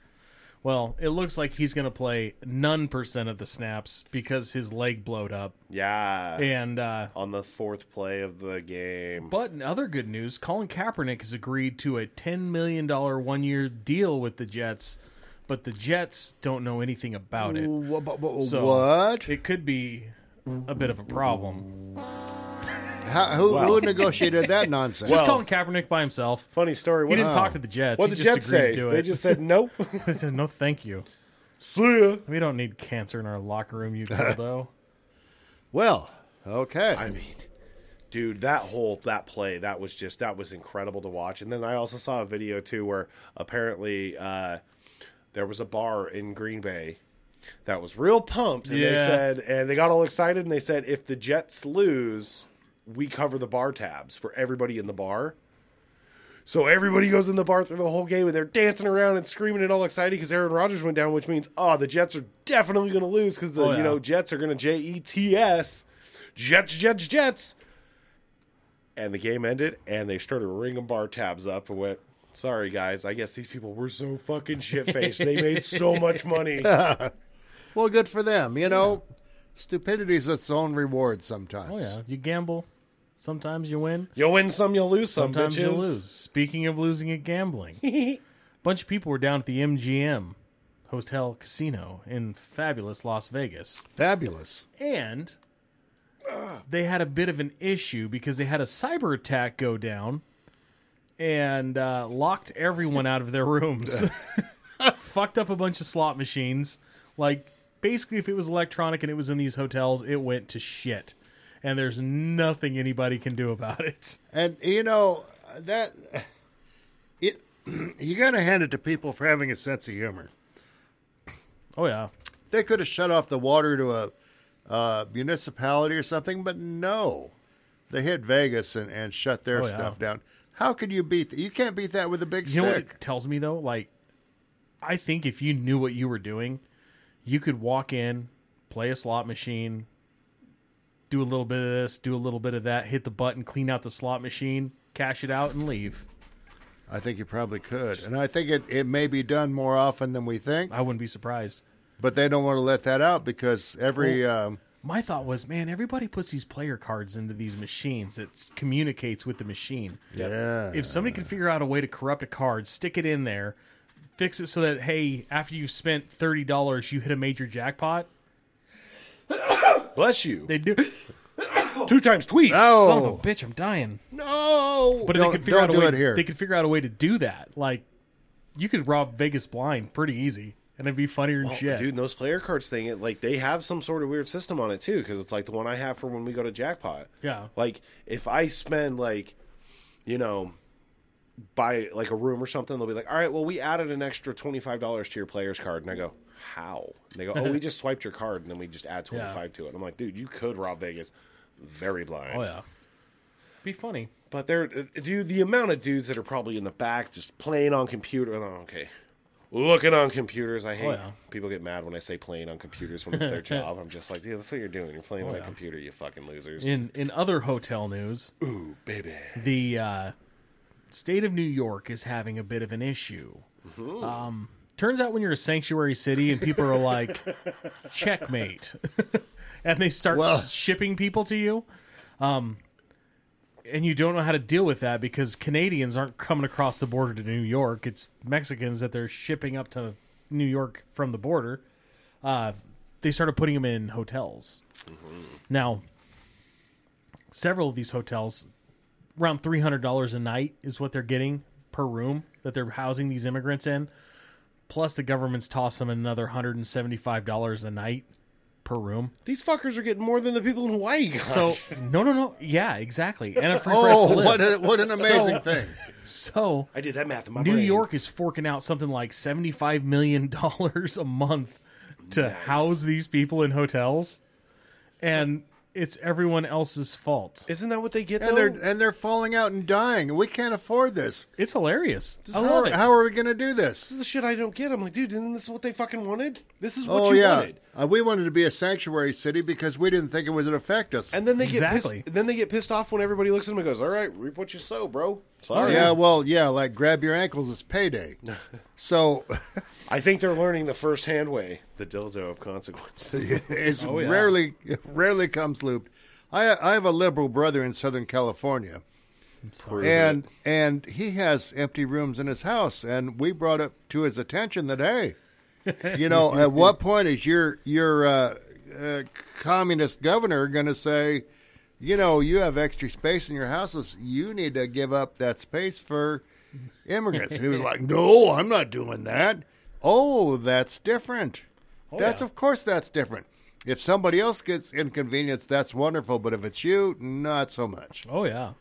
Speaker 1: Well, it looks like he's going to play none percent of the snaps because his leg blowed up.
Speaker 3: yeah,
Speaker 1: And uh,
Speaker 3: on the fourth play of the game.
Speaker 1: But in other good news, Colin Kaepernick has agreed to a $10 million one year deal with the Jets, but the Jets don't know anything about it.
Speaker 4: Wha- wha- wha-
Speaker 1: So-
Speaker 4: what?
Speaker 1: It could be a bit of a problem.
Speaker 4: How, who, who negotiated that nonsense?
Speaker 1: Just
Speaker 3: Well-
Speaker 1: Colin Kaepernick by himself.
Speaker 3: Funny story.
Speaker 1: He
Speaker 3: What,
Speaker 1: didn't talk to the Jets.
Speaker 3: what
Speaker 1: he
Speaker 3: the
Speaker 1: just
Speaker 3: Jets
Speaker 1: agreed
Speaker 3: say?
Speaker 1: to it.
Speaker 3: They just said nope.
Speaker 1: They said, no, thank you.
Speaker 3: See ya.
Speaker 1: We don't need cancer in our locker room, you dildo.
Speaker 4: well, okay.
Speaker 3: I mean, dude, that whole that play that was just that was incredible to watch. And then I also saw a video too where apparently uh, there was a bar in Green Bay that was real pumped, and they
Speaker 1: Yeah.
Speaker 3: said, and they got all excited, and they said, if the Jets lose, we cover the bar tabs for everybody in the bar. So everybody goes in the bar through the whole game, and they're dancing around and screaming and all excited because Aaron Rodgers went down, which means oh, the Jets are definitely going to lose because the
Speaker 1: Oh, yeah.
Speaker 3: you know Jets are going to J E T S, Jets, Jets, Jets. And the game ended, and they started ringing bar tabs up and went, "Sorry guys, I guess these people were so fucking shit faced. they made so much money."
Speaker 4: well, good for them. You know, stupidity's its own reward sometimes.
Speaker 1: Oh, yeah. You gamble. Sometimes you win.
Speaker 3: You win some, you lose some.
Speaker 1: Sometimes you
Speaker 3: bitches.
Speaker 1: lose. Speaking of losing at gambling, a bunch of people were down at the MGM Hotel Casino in fabulous Las Vegas,
Speaker 4: Fabulous.
Speaker 1: and they had a bit of an issue because they had a cyber attack go down and uh, locked everyone out of their rooms, fucked up a bunch of slot machines. Like basically, if it was electronic and it was in these hotels, it went to shit. And there's nothing anybody can do about it.
Speaker 4: And you know that it you got to hand it to people for having a sense of humor.
Speaker 1: Oh yeah,
Speaker 4: They could have shut off the water to a uh, municipality or something, but no, they hit Vegas and, and shut their
Speaker 1: Oh, yeah.
Speaker 4: stuff down. How could you beat that? You can't beat that with a big
Speaker 1: You know what
Speaker 4: stick.
Speaker 1: it tells me though? Like, I think if you knew what you were doing, you could walk in, play a slot machine, do a little bit of this, do a little bit of that, hit the button, clean out the slot machine, cash it out, and leave.
Speaker 4: I think you probably could, and I think it, it may be done more often than we think.
Speaker 1: I wouldn't be surprised.
Speaker 4: But they don't want to let that out because every
Speaker 1: Oh.
Speaker 4: um,
Speaker 1: My thought was, man, everybody puts these player cards into these machines that s- communicates with the machine.
Speaker 4: yeah,
Speaker 1: If somebody can figure out a way to corrupt a card, stick it in there, fix it so that hey, after you've spent thirty dollars, you hit a major jackpot.
Speaker 3: Bless you.
Speaker 1: They do.
Speaker 3: Two times tweets.
Speaker 4: Oh.
Speaker 1: Son of a bitch, I'm dying.
Speaker 3: no.
Speaker 1: But
Speaker 4: Don't-
Speaker 1: they could figure out
Speaker 4: don't
Speaker 1: a
Speaker 4: do
Speaker 1: way.
Speaker 4: it here.
Speaker 1: They could figure out a way to do that. Like you could rob Vegas blind pretty easy, and it'd be funnier than shit.
Speaker 3: Dude, and those player cards thing, it, like they have some sort of weird system on it too, because it's like the one I have for when we go to jackpot.
Speaker 1: Yeah.
Speaker 3: Like if I spend like, you know, buy like a room or something, they'll be like, "All right, well, we added an extra twenty five dollars to your player's card," and I go, "How?" And they go, "Oh, we just swiped your card, and then we just add twenty five to it." I'm like, "Dude, you could rob Vegas." Very blind.
Speaker 1: Oh yeah, be funny.
Speaker 3: But there, dude, the amount of dudes that are probably in the back just playing on computer. oh, okay, looking on computers. I hate
Speaker 1: Oh, yeah.
Speaker 3: people get mad when I say playing on computers when it's their job. I'm just like, yeah, that's what you're doing. You're playing on
Speaker 1: Oh, yeah.
Speaker 3: a computer, you fucking losers.
Speaker 1: In in other hotel news,
Speaker 3: Ooh, baby.
Speaker 1: the uh, state of New York is having a bit of an issue. Um, turns out when you're a sanctuary city and people are like, checkmate, and they start
Speaker 4: Well-
Speaker 1: shipping people to you, um, and you don't know how to deal with that because Canadians aren't coming across the border to New York. It's Mexicans that they're shipping up to New York from the border. Uh, they started putting them in hotels. Now, several of these hotels around three hundred dollars a night is what they're getting per room that they're housing these immigrants in. Plus, the government's tossed them another hundred and seventy-five dollars a night per room.
Speaker 3: These fuckers are getting more than the people in Hawaii got.
Speaker 1: So, no, no, no, yeah, exactly, and a free press to
Speaker 4: Oh,
Speaker 1: live.
Speaker 4: what, a, what an amazing
Speaker 1: So-
Speaker 4: thing!
Speaker 1: So,
Speaker 3: I did that math in my
Speaker 1: New
Speaker 3: brain.
Speaker 1: York is forking out something like seventy-five million dollars a month to house these people in hotels, and it's everyone else's fault.
Speaker 3: Isn't that what they get?
Speaker 4: And
Speaker 3: though?
Speaker 4: they're and they're falling out and dying. We can't afford this.
Speaker 1: It's hilarious. I
Speaker 4: how,
Speaker 1: love it.
Speaker 4: how are we going to do this?
Speaker 3: This is the shit I don't get. I'm like, dude, isn't this what they fucking wanted? This is what
Speaker 4: Oh
Speaker 3: you
Speaker 4: yeah,
Speaker 3: wanted.
Speaker 4: uh, we wanted to be a sanctuary city because we didn't think it would affect us.
Speaker 3: And then they
Speaker 1: Exactly.
Speaker 3: get pissed, then they get pissed off when everybody looks at them and goes, "All right, reap what you sow, bro." Sorry.
Speaker 4: yeah, well, yeah, like grab your ankles, it's payday. so
Speaker 3: I think they're learning the first hand way, the dildo of consequences.
Speaker 4: it's
Speaker 1: Oh, yeah.
Speaker 4: rarely it rarely comes looped. I I have a liberal brother in Southern California, and and he has empty rooms in his house, and we brought it to his attention that hey, you know, at what point is your your uh, uh, communist governor going to say, you know, you have extra space in your houses, you need to give up that space for immigrants? And he was like, no, I'm not doing that. Oh, that's different. that's
Speaker 1: Oh, yeah.
Speaker 4: of course that's different. If somebody else gets inconvenienced, that's wonderful. But if it's you, not so much.
Speaker 1: oh yeah.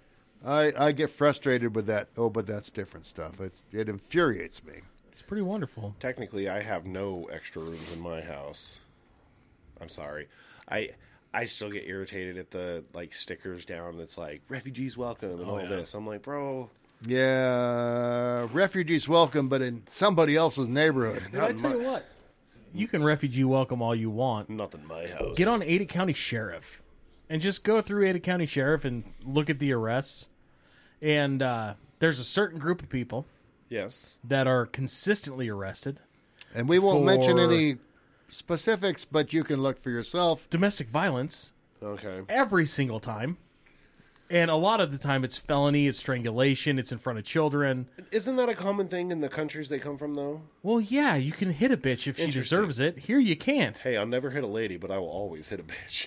Speaker 4: I, I get frustrated with that. Oh, but that's different stuff. It's it infuriates me.
Speaker 1: It's pretty wonderful.
Speaker 3: Technically, I have no extra rooms in my house. I'm sorry. I I still get irritated at the like stickers down that's like refugees welcome and all
Speaker 1: Oh, yeah.
Speaker 3: this. I'm like, bro,
Speaker 4: Yeah, refugees welcome, but in somebody else's neighborhood.
Speaker 1: But I tell you what, you can refugee welcome all you want.
Speaker 3: not in my house.
Speaker 1: Get on Ada County Sheriff and just go through Ada County Sheriff and look at the arrests. And uh, there's a certain group of people
Speaker 3: Yes.
Speaker 1: that are consistently arrested.
Speaker 4: And we won't mention
Speaker 1: For-
Speaker 4: any specifics, but you can look for yourself.
Speaker 1: Domestic violence
Speaker 3: Okay.
Speaker 1: every single time. And a lot of the time it's felony, it's strangulation, it's in front of children.
Speaker 3: Isn't that a common thing in the countries they come from though?
Speaker 1: Well, yeah, you can hit a bitch if she
Speaker 3: Interesting.
Speaker 1: deserves it. Here you can't.
Speaker 3: Hey, I'll never hit a lady, but I will always hit a bitch.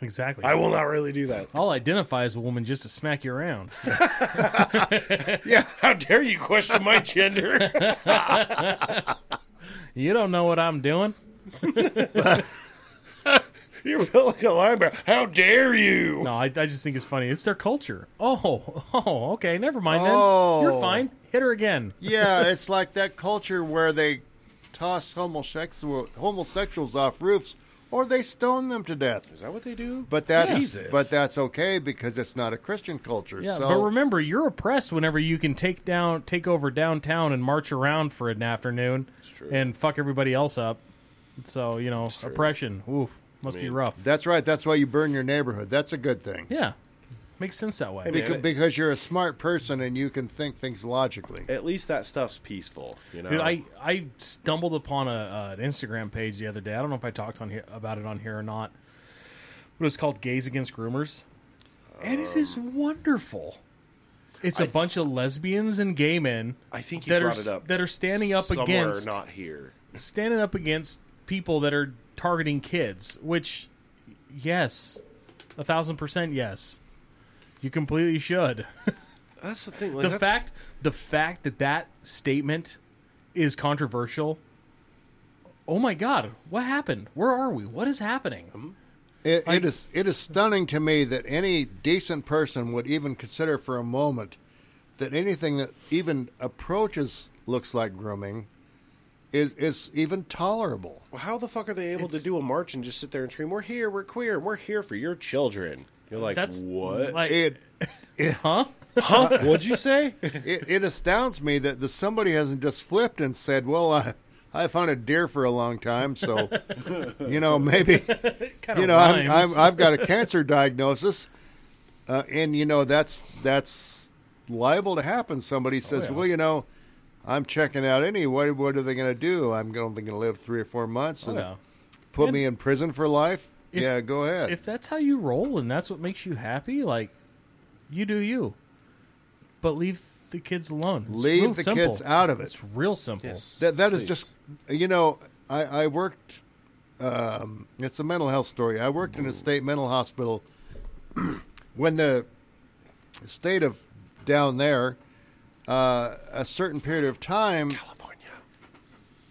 Speaker 1: Exactly.
Speaker 3: I will not really do that.
Speaker 1: I'll identify as a woman just to smack you around.
Speaker 3: How dare you question my gender?
Speaker 1: you don't know what I'm doing.
Speaker 3: You're like a linebacker. How dare you?
Speaker 1: No, I, I just think it's funny. It's their culture. Oh, oh, okay. Never mind then.
Speaker 4: Oh.
Speaker 1: You're fine. Hit her again.
Speaker 4: Yeah, it's like that culture where they toss homosexual homosexuals off roofs or they stone them to death.
Speaker 3: Is that what they do?
Speaker 4: But that's
Speaker 3: Jesus.
Speaker 4: but that's okay because it's not a Christian culture.
Speaker 1: Yeah,
Speaker 4: so
Speaker 1: but remember, you're oppressed whenever you can take down, take over downtown and march around for an afternoon
Speaker 3: true.
Speaker 1: and fuck everybody else up. So you know, oppression. Oof, must be
Speaker 3: mean-
Speaker 1: rough.
Speaker 4: that's right. That's why you burn your neighborhood. That's a good thing.
Speaker 1: yeah, makes sense that way.
Speaker 3: mean-
Speaker 4: Beca-
Speaker 3: Yeah.
Speaker 4: because you're a smart person and you can think things logically.
Speaker 3: At least that stuff's peaceful, you know.
Speaker 1: Dude, I, I stumbled upon a, uh, an Instagram page the other day. I don't know if I talked on here about it on here or not. But it's called Gays Against Groomers, and it is wonderful. It's a bunch of lesbians and gay men
Speaker 3: I think you
Speaker 1: that are
Speaker 3: brought
Speaker 1: s-
Speaker 3: it up.
Speaker 1: that are standing up
Speaker 3: somewhere
Speaker 1: against
Speaker 3: not here.
Speaker 1: standing up against people that are targeting kids. Which, yes, a thousand percent yes, you completely should.
Speaker 3: That's the thing. Like,
Speaker 1: the
Speaker 3: that's-
Speaker 1: fact the fact that that statement is controversial oh my god what happened where are we what is happening
Speaker 4: It, it is it is stunning to me that any decent person would even consider for a moment that anything that even approaches looks like grooming is is even tolerable.
Speaker 3: Well, how the fuck are they able
Speaker 1: It's-
Speaker 3: to do a march and just sit there and scream, "We're here, we're queer, we're here for your children"? You're like,
Speaker 1: That's
Speaker 3: what?
Speaker 1: Like,
Speaker 4: It
Speaker 1: huh?
Speaker 3: huh? What'd you say?
Speaker 4: it, it astounds me that the somebody hasn't just flipped and said, "Well, I I hunted deer for a long time, so you know maybe
Speaker 1: Kind
Speaker 4: you know I'm, I'm I've got a cancer diagnosis, uh, and you know that's that's liable to happen." Somebody says, "Well, you know." I'm checking out anyway. What are they going to do? I'm only going to live three or four months and put me in prison for life.
Speaker 1: Oh, If-
Speaker 4: yeah, go ahead.
Speaker 1: if that's how you roll and that's what makes you happy, like you do you. But leave the kids alone. It's
Speaker 4: Leave
Speaker 1: real
Speaker 4: the
Speaker 1: simple.
Speaker 4: kids out of it.
Speaker 1: It's real simple.
Speaker 4: That that is
Speaker 3: Please.
Speaker 4: just you know I I worked. Um, it's a mental health story. I worked in a state mental hospital when the state of down there uh, a certain period of time.
Speaker 3: California.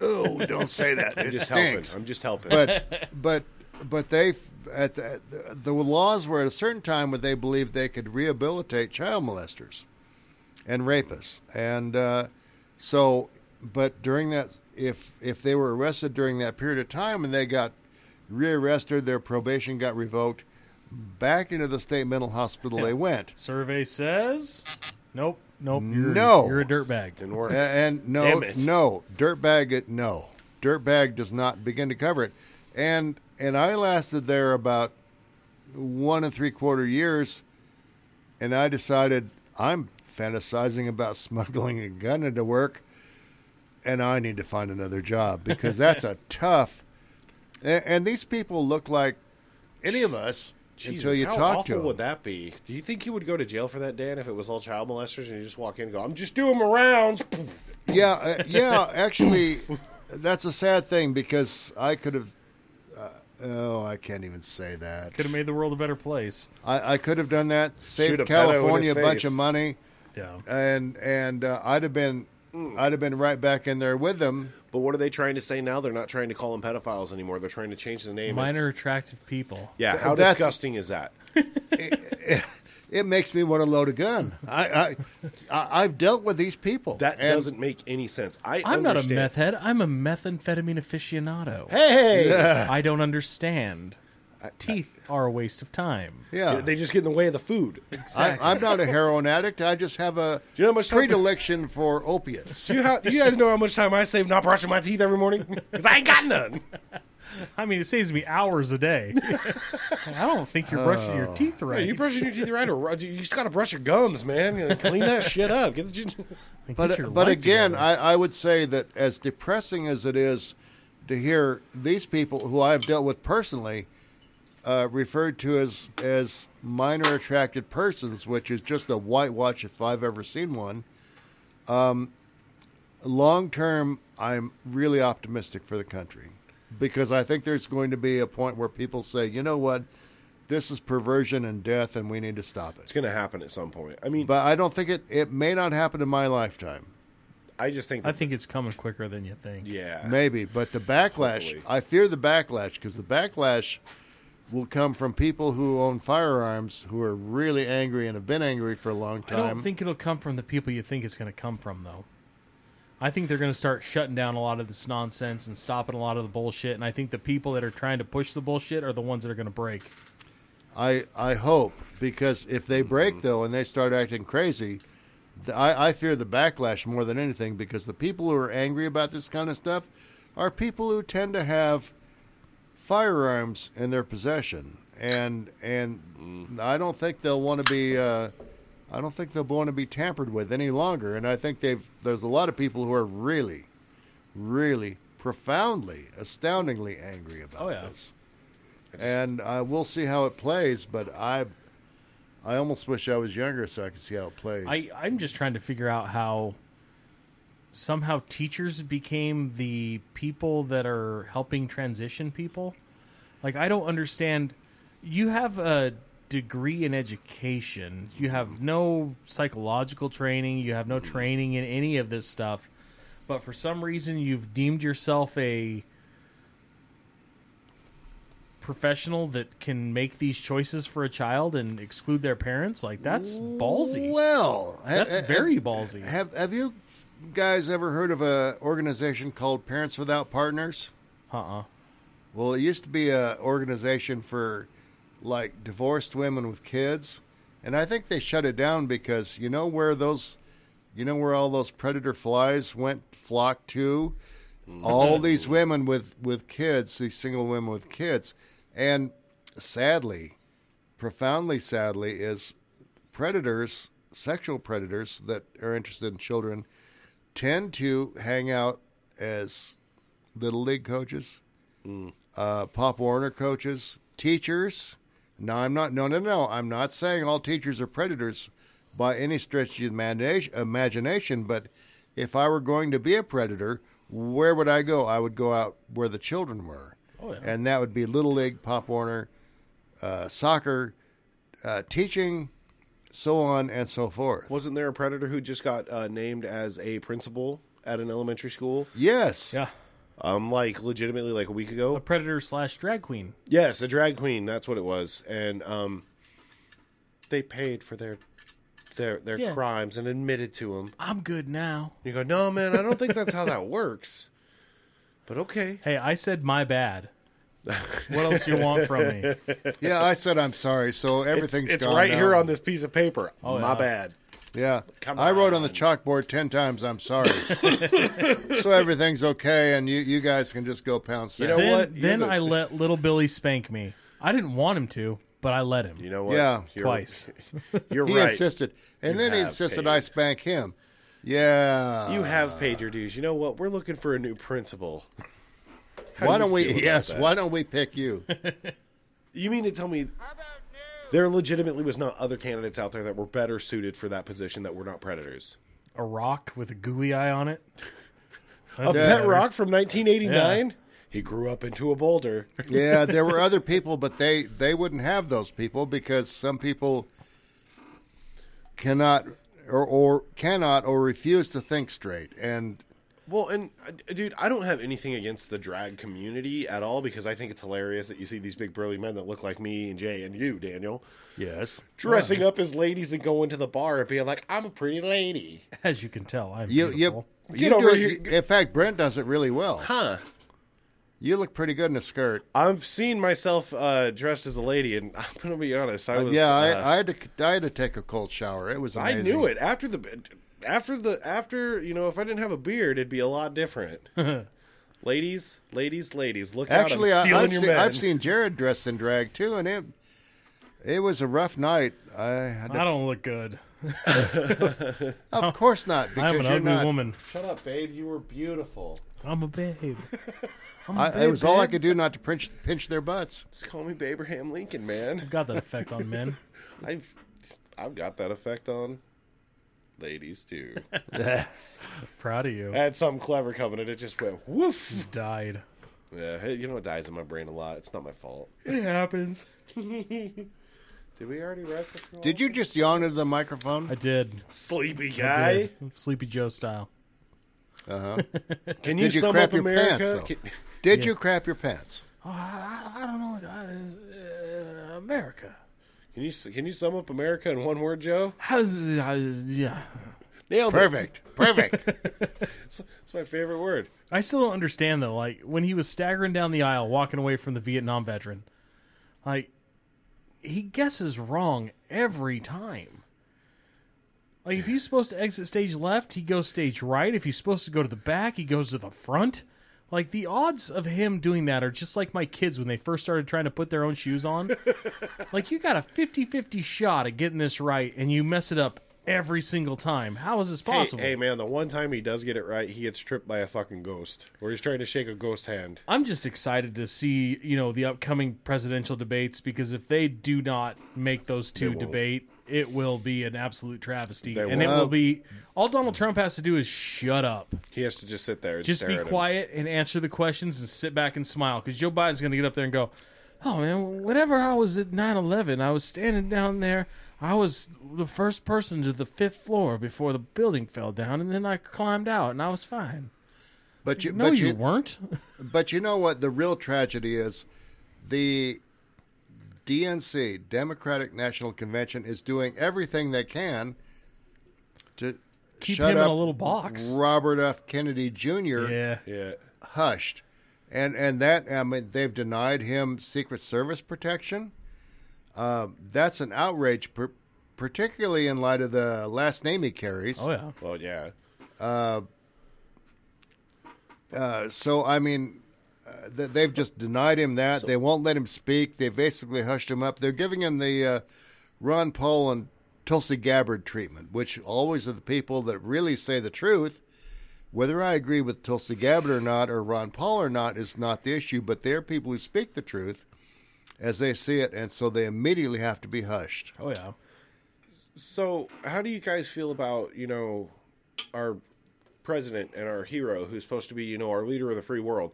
Speaker 4: Oh, don't say that.
Speaker 3: I'm
Speaker 4: It
Speaker 3: just
Speaker 4: stinks.
Speaker 3: helping. I'm just helping.
Speaker 4: But but but they at the, the laws were at a certain time where they believed they could rehabilitate child molesters and rapists and uh, so but during that if if they were arrested during that period of time and they got rearrested their probation got revoked back into the state mental hospital they went
Speaker 1: Survey says Nope, nope, you're,
Speaker 4: No.
Speaker 1: you're a dirtbag.
Speaker 3: Didn't work.
Speaker 4: A- and no
Speaker 3: Damn it.
Speaker 4: no dirtbag it no dirtbag does not begin to cover it and and i lasted there about one and three quarter years and i decided i'm fantasizing about smuggling a gun into work and i need to find another job because that's a tough and, and these people look like any of us
Speaker 3: Jesus,
Speaker 4: until you
Speaker 3: how
Speaker 4: talk
Speaker 3: awful
Speaker 4: to them
Speaker 3: would that be? Do you think you would go to jail for that, Dan, if it was all child molesters and you just walk in and go, "I'm just doing my rounds"?
Speaker 4: yeah, uh, yeah. Actually, that's a sad thing because I could have. Uh, oh, I can't even say that.
Speaker 1: Could have made the world a better place.
Speaker 4: I, I could have done that.
Speaker 3: Shoot a
Speaker 4: Saved
Speaker 3: pedo in
Speaker 4: California a
Speaker 3: his
Speaker 4: bunch
Speaker 3: face.
Speaker 4: of money,
Speaker 1: Yeah.
Speaker 4: and and uh, I'd have been,
Speaker 3: Hmm.
Speaker 4: I'd have been right back in there with them.
Speaker 3: But what are they trying to say now? They're not trying to call them pedophiles anymore. They're trying to change the name. It's-
Speaker 1: Minor attractive people.
Speaker 3: Yeah, how
Speaker 4: That's-
Speaker 3: disgusting is that?
Speaker 4: It makes me want to load a gun. I, I, I I've dealt with these people.
Speaker 3: That
Speaker 4: and-
Speaker 3: doesn't make any sense. I
Speaker 1: I'm not a
Speaker 3: understand.
Speaker 1: meth head. I'm a methamphetamine aficionado.
Speaker 3: Hey,
Speaker 1: I don't understand. Teeth are a waste of time.
Speaker 4: Yeah,
Speaker 3: they just get in the way of the food.
Speaker 4: I, I'm not a heroin addict. I just have a
Speaker 3: you know how much time-
Speaker 4: predilection for opiates.
Speaker 3: Do you, how, do you guys know how much time I save not brushing my teeth every morning? Because I ain't got none.
Speaker 1: I mean, it saves me hours a day. I don't think you're brushing
Speaker 4: Oh.
Speaker 1: your teeth right.
Speaker 3: You brushing your teeth right, or uh, you just gotta brush your gums, man. You know, clean that shit up. Get the,
Speaker 1: Like, get your
Speaker 4: But but
Speaker 1: life
Speaker 4: again,
Speaker 1: together.
Speaker 4: I, I would say that as depressing as it is to hear these people who I've dealt with personally uh, referred to as as minor attracted persons, which is just a whitewash if I've ever seen one. Um, long term, I'm really optimistic for the country because I think there's going to be a point where people say, you know what, this is perversion and death, and we need to stop
Speaker 3: it's
Speaker 4: it.
Speaker 3: gonna happen at some point. I mean,
Speaker 4: But I don't think it it may not happen in my lifetime.
Speaker 3: I just think. That,
Speaker 1: I think it's coming quicker than you think.
Speaker 3: Yeah.
Speaker 4: Maybe, but the backlash,
Speaker 3: Hopefully.
Speaker 4: I fear the backlash because the backlash will come from people who own firearms who are really angry and have been angry for a long
Speaker 1: I
Speaker 4: time.
Speaker 1: don't think it'll come from the people you think it's going to come from, though. I think they're going to start shutting down a lot of this nonsense and stopping a lot of the bullshit. And I think the people that are trying to push the bullshit are the ones that are going to break.
Speaker 4: I, I hope because if they break,
Speaker 1: Mm-hmm.
Speaker 4: though, and they start acting crazy, th I, I fear the backlash more than anything because the people who are angry about this kind of stuff are people who tend to have firearms in their possession. And and
Speaker 1: Mm.
Speaker 4: I don't think they'll want to be uh, I don't think they'll want to be tampered with any longer. And I think they've there's a lot of people who are really, really profoundly, astoundingly angry about
Speaker 1: Oh, yeah.
Speaker 4: this and uh, we'll see how it plays. But I, I almost wish I was younger so I could see how it plays.
Speaker 1: I, I'm just trying to figure out how somehow teachers became the people that are helping transition people. Like, I don't understand. You have a degree in education, you have no psychological training, you have no training in any of this stuff. But for some reason, you've deemed yourself a professional that can make these choices for a child and exclude their parents. Like, that's ballsy.
Speaker 4: Well, ha-
Speaker 1: That's
Speaker 4: ha-
Speaker 1: very
Speaker 4: have-
Speaker 1: ballsy.
Speaker 4: Have Have you guys ever heard of a organization called Parents Without Partners?
Speaker 1: Uh uh
Speaker 4: Well, it used to be a organization for like divorced women with kids, and I think they shut it down because you know where those, you know where all those predator flies went flock to, all these women with with kids, these single women with kids, and sadly, profoundly sadly, is predators, sexual predators that are interested in children, tend to hang out as little league coaches
Speaker 1: Hmm.
Speaker 4: uh, Pop Warner coaches, teachers. No, I'm not. No, no, no. I'm not saying all teachers are predators by any stretch of the imagination. Imagination, but if I were going to be a predator, where would I go? I would go out where the children were,
Speaker 1: Oh, yeah.
Speaker 4: and that would be Little League, Pop Warner, uh, soccer, uh, teaching, so on and so forth.
Speaker 3: Wasn't there a predator who just got uh, named as a principal at an elementary school?
Speaker 4: Yes.
Speaker 1: Yeah.
Speaker 3: Um, like legitimately, like a week ago.
Speaker 1: A predator slash drag queen.
Speaker 3: Yes, a drag queen. That's what it was, and um, they paid for their their their
Speaker 1: Yeah.
Speaker 3: crimes and admitted to them.
Speaker 1: I'm good now.
Speaker 3: You go, no, man, I don't think that's how that works. But okay,
Speaker 1: Hey, I said my bad. What else do you want from me?
Speaker 4: Yeah, I said I'm sorry. So everything's
Speaker 3: it's
Speaker 4: gone
Speaker 3: right
Speaker 4: now.
Speaker 3: here on this piece of paper. My
Speaker 1: Oh, yeah.
Speaker 3: bad.
Speaker 4: Yeah.
Speaker 3: Come
Speaker 4: I wrote on the
Speaker 3: on.
Speaker 4: chalkboard 10 times, I'm sorry. so everything's okay, and you, you guys can just go pound sand.
Speaker 3: know
Speaker 1: Then,
Speaker 3: what? You're
Speaker 1: then
Speaker 3: the-
Speaker 1: I let little Billy spank me. I didn't want him to, but I let him
Speaker 3: You know what?
Speaker 4: Yeah.
Speaker 3: You're-
Speaker 1: twice.
Speaker 3: You're
Speaker 4: he
Speaker 3: right.
Speaker 4: insisted. And
Speaker 3: You
Speaker 4: then he
Speaker 3: have
Speaker 4: insisted
Speaker 3: paid.
Speaker 4: I spank him. Yeah.
Speaker 3: You have paid your dues. You know what? We're looking for a new principal. How
Speaker 4: Why
Speaker 3: do
Speaker 4: don't
Speaker 3: you
Speaker 4: we?
Speaker 3: feel about
Speaker 4: Yes.
Speaker 3: that?
Speaker 4: Why don't we pick you?
Speaker 3: You mean to tell me there legitimately was not other candidates out there that were better suited for that position that were not predators?
Speaker 1: A rock with a gooey eye on it.
Speaker 3: A pet rock from 1989.
Speaker 1: Yeah.
Speaker 3: He grew up into a boulder.
Speaker 4: yeah. There were other people, but they they wouldn't have those people because some people cannot or or cannot or refuse to think straight, and
Speaker 3: Well, and uh, dude, I don't have anything against the drag community at all because I think it's hilarious that you see these big burly men that look like me and Jay and you, Daniel,
Speaker 4: yes,
Speaker 3: dressing up as ladies and going to the bar and being like, "I'm a pretty lady,"
Speaker 1: As you can tell, I'm
Speaker 4: you you.
Speaker 1: beautiful.
Speaker 4: You
Speaker 3: Get
Speaker 4: do
Speaker 3: over
Speaker 4: it, in fact, Brent does it really well.
Speaker 3: huh?
Speaker 4: You look pretty good in a skirt.
Speaker 3: I've seen myself uh, dressed as a lady, and I'm gonna be honest. I was
Speaker 4: yeah,
Speaker 3: uh,
Speaker 4: I, I had to I had to take a cold shower. It was amazing.
Speaker 3: I knew it after the after the after you know if I didn't have a beard it'd be a lot different. ladies, ladies, ladies, look
Speaker 4: Actually,
Speaker 3: out! I'm
Speaker 4: I,
Speaker 3: stealing
Speaker 4: have
Speaker 3: your
Speaker 4: seen,
Speaker 3: men.
Speaker 4: I've seen Jared dressed in drag too, and it it was a rough night. I, had to,
Speaker 1: I don't look good.
Speaker 4: of course not because
Speaker 1: I'm an
Speaker 4: you're
Speaker 1: ugly
Speaker 4: not.
Speaker 1: woman.
Speaker 3: Shut up, babe. You were beautiful.
Speaker 1: I'm a babe. I'm a
Speaker 4: I, it
Speaker 1: babe,
Speaker 4: was all I
Speaker 1: babe.
Speaker 4: could do not to pinch pinch their butts.
Speaker 3: Just call me Abraham Lincoln, man.
Speaker 1: Got that effect on men.
Speaker 3: I've I've got that effect on ladies too.
Speaker 1: Proud of you.
Speaker 3: I had something clever coming, and it just went woof.
Speaker 1: Died.
Speaker 3: Yeah, hey, you know what dies in my brain a lot. It's not my fault.
Speaker 1: It happens.
Speaker 3: Did we already wrap this? one?
Speaker 4: Did you just yawn into the microphone?
Speaker 1: I did.
Speaker 3: sleepy
Speaker 1: I
Speaker 3: guy?
Speaker 1: did. Sleepy Joe style.
Speaker 3: Can
Speaker 4: Did you
Speaker 3: sum
Speaker 4: crap
Speaker 3: up
Speaker 4: your
Speaker 3: America?
Speaker 4: pants, though?
Speaker 3: Can-
Speaker 4: Did you crap your pants?
Speaker 1: Oh, I, I don't know. Uh, America.
Speaker 3: Can you can you sum up America in one word, Joe?
Speaker 1: How's yeah?
Speaker 3: Nailed it.
Speaker 4: Perfect, perfect.
Speaker 3: It's, it's my favorite word.
Speaker 1: I still don't understand though. Like when he was staggering down the aisle, walking away from the Vietnam veteran, like he guesses wrong every time. Like if he's supposed to exit stage left, he goes stage right. If he's supposed to go to the back, he goes to the front. Like the odds of him doing that are just like my kids when they first started trying to put their own shoes on. like you got a 50-50 shot at getting this right and you mess it up every single time. How is this
Speaker 3: Hey,
Speaker 1: possible?
Speaker 3: hey, man, the one time he does get it right, he gets tripped by a fucking ghost, or he's trying to shake a ghost hand.
Speaker 1: I'm just excited to see, you know, the upcoming presidential debates because if they do not make those two debate, it will be an absolute travesty.
Speaker 3: They
Speaker 1: and it
Speaker 4: won't.
Speaker 1: will be all Donald Trump has to do is shut up.
Speaker 3: He has to just sit there and
Speaker 1: Just
Speaker 3: stare
Speaker 1: be
Speaker 3: at him.
Speaker 1: quiet and answer the questions and sit back and smile because Joe Biden's going to get up there and go, "Oh man, whenever I was at 9/11, I was standing down there. I was the first person to the 5th floor before the building fell down and then I climbed out and I was fine."
Speaker 4: But you,
Speaker 1: No
Speaker 4: but
Speaker 1: you weren't.
Speaker 4: But you know what the real tragedy is? The DNC, Democratic National Convention, is doing everything they can to
Speaker 1: keep
Speaker 4: Shut
Speaker 1: him in
Speaker 4: Up
Speaker 1: a little box.
Speaker 4: Robert F. Kennedy Jr.
Speaker 1: Yeah.
Speaker 3: Yeah.
Speaker 4: hushed, and and that I mean they've denied him Secret Service protection. Uh, that's an outrage, per- particularly in light of the last name he carries.
Speaker 1: Oh yeah.
Speaker 3: Well, yeah.
Speaker 4: Uh, so I mean, uh, th- they've just denied him that. they won't let him speak. They basically hushed him up. They're giving him the uh, Ron Paul and Tulsi Gabbard treatment, which always are the people that really say the truth. Whether I agree with Tulsi Gabbard or not, or Ron Paul or not, is not the issue. But they're people who speak the truth as they see it, and so they immediately have to be hushed.
Speaker 1: Oh yeah.
Speaker 3: So, how do you guys feel about, you know, our president and our hero, who's supposed to be, you know, our leader of the free world,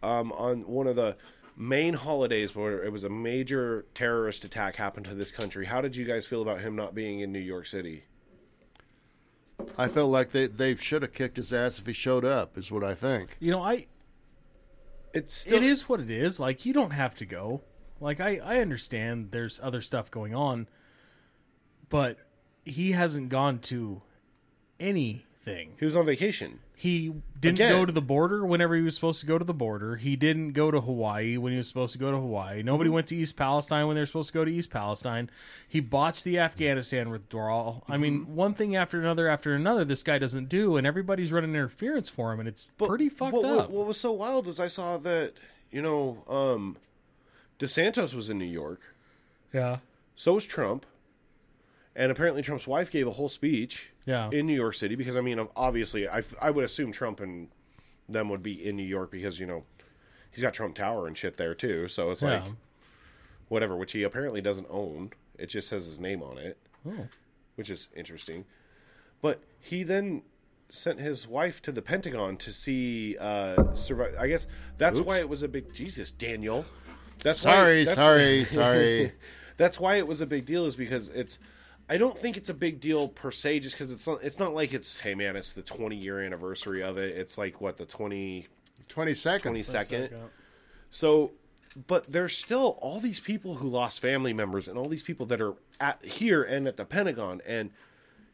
Speaker 3: um, on one of the main holidays where it was a major terrorist attack happened to this country? How did you guys feel about him not being in New York City?
Speaker 4: I felt like they, they should have kicked his ass if he showed up, is what I think.
Speaker 1: You know, I
Speaker 3: It's still.
Speaker 1: it is what it is. Like you don't have to go. Like I I understand there's other stuff going on, but he hasn't gone to anything.
Speaker 3: He was on vacation.
Speaker 1: He didn't
Speaker 3: Again.
Speaker 1: go to the border whenever he was supposed to go to the border. He didn't go to Hawaii when he was supposed to go to Hawaii. Nobody
Speaker 3: Mm-hmm.
Speaker 1: went to East Palestine when they were supposed to go to East Palestine. He botched the Afghanistan withdrawal. I
Speaker 3: Mm-hmm.
Speaker 1: mean, one thing after another after another, this guy doesn't do, and everybody's running interference for him, and it's pretty fucked
Speaker 3: what,
Speaker 1: up.
Speaker 3: What, what was so wild is I saw that, you know, um, DeSantos was in New York.
Speaker 1: yeah.
Speaker 3: So was Trump. And apparently Trump's wife gave a whole speech
Speaker 1: Yeah.
Speaker 3: in New York City because, I mean, obviously, I, I would assume Trump and them would be in New York because, you know, he's got Trump Tower and shit there, too. So it's
Speaker 1: yeah.
Speaker 3: like, whatever, which he apparently doesn't own. It just says his name on it,
Speaker 1: Oh.
Speaker 3: which is interesting. But he then sent his wife to the Pentagon to see uh survive. I guess that's why it was a big Jesus Daniel. That's
Speaker 4: Sorry,
Speaker 3: why, that's-
Speaker 4: sorry, sorry.
Speaker 3: that's why it was a big deal is because it's I don't think it's a big deal per se just cuz it's not, it's not like it's hey man it's the 20 year anniversary of it. It's like what the 20
Speaker 4: Twenty seconds.
Speaker 3: 22nd. So, but there's still all these people who lost family members and all these people that are at here and at the Pentagon, and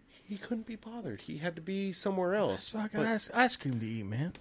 Speaker 3: he couldn't be bothered. He had to be somewhere else.
Speaker 1: So I got
Speaker 3: But,
Speaker 1: ice, ice cream to eat, man.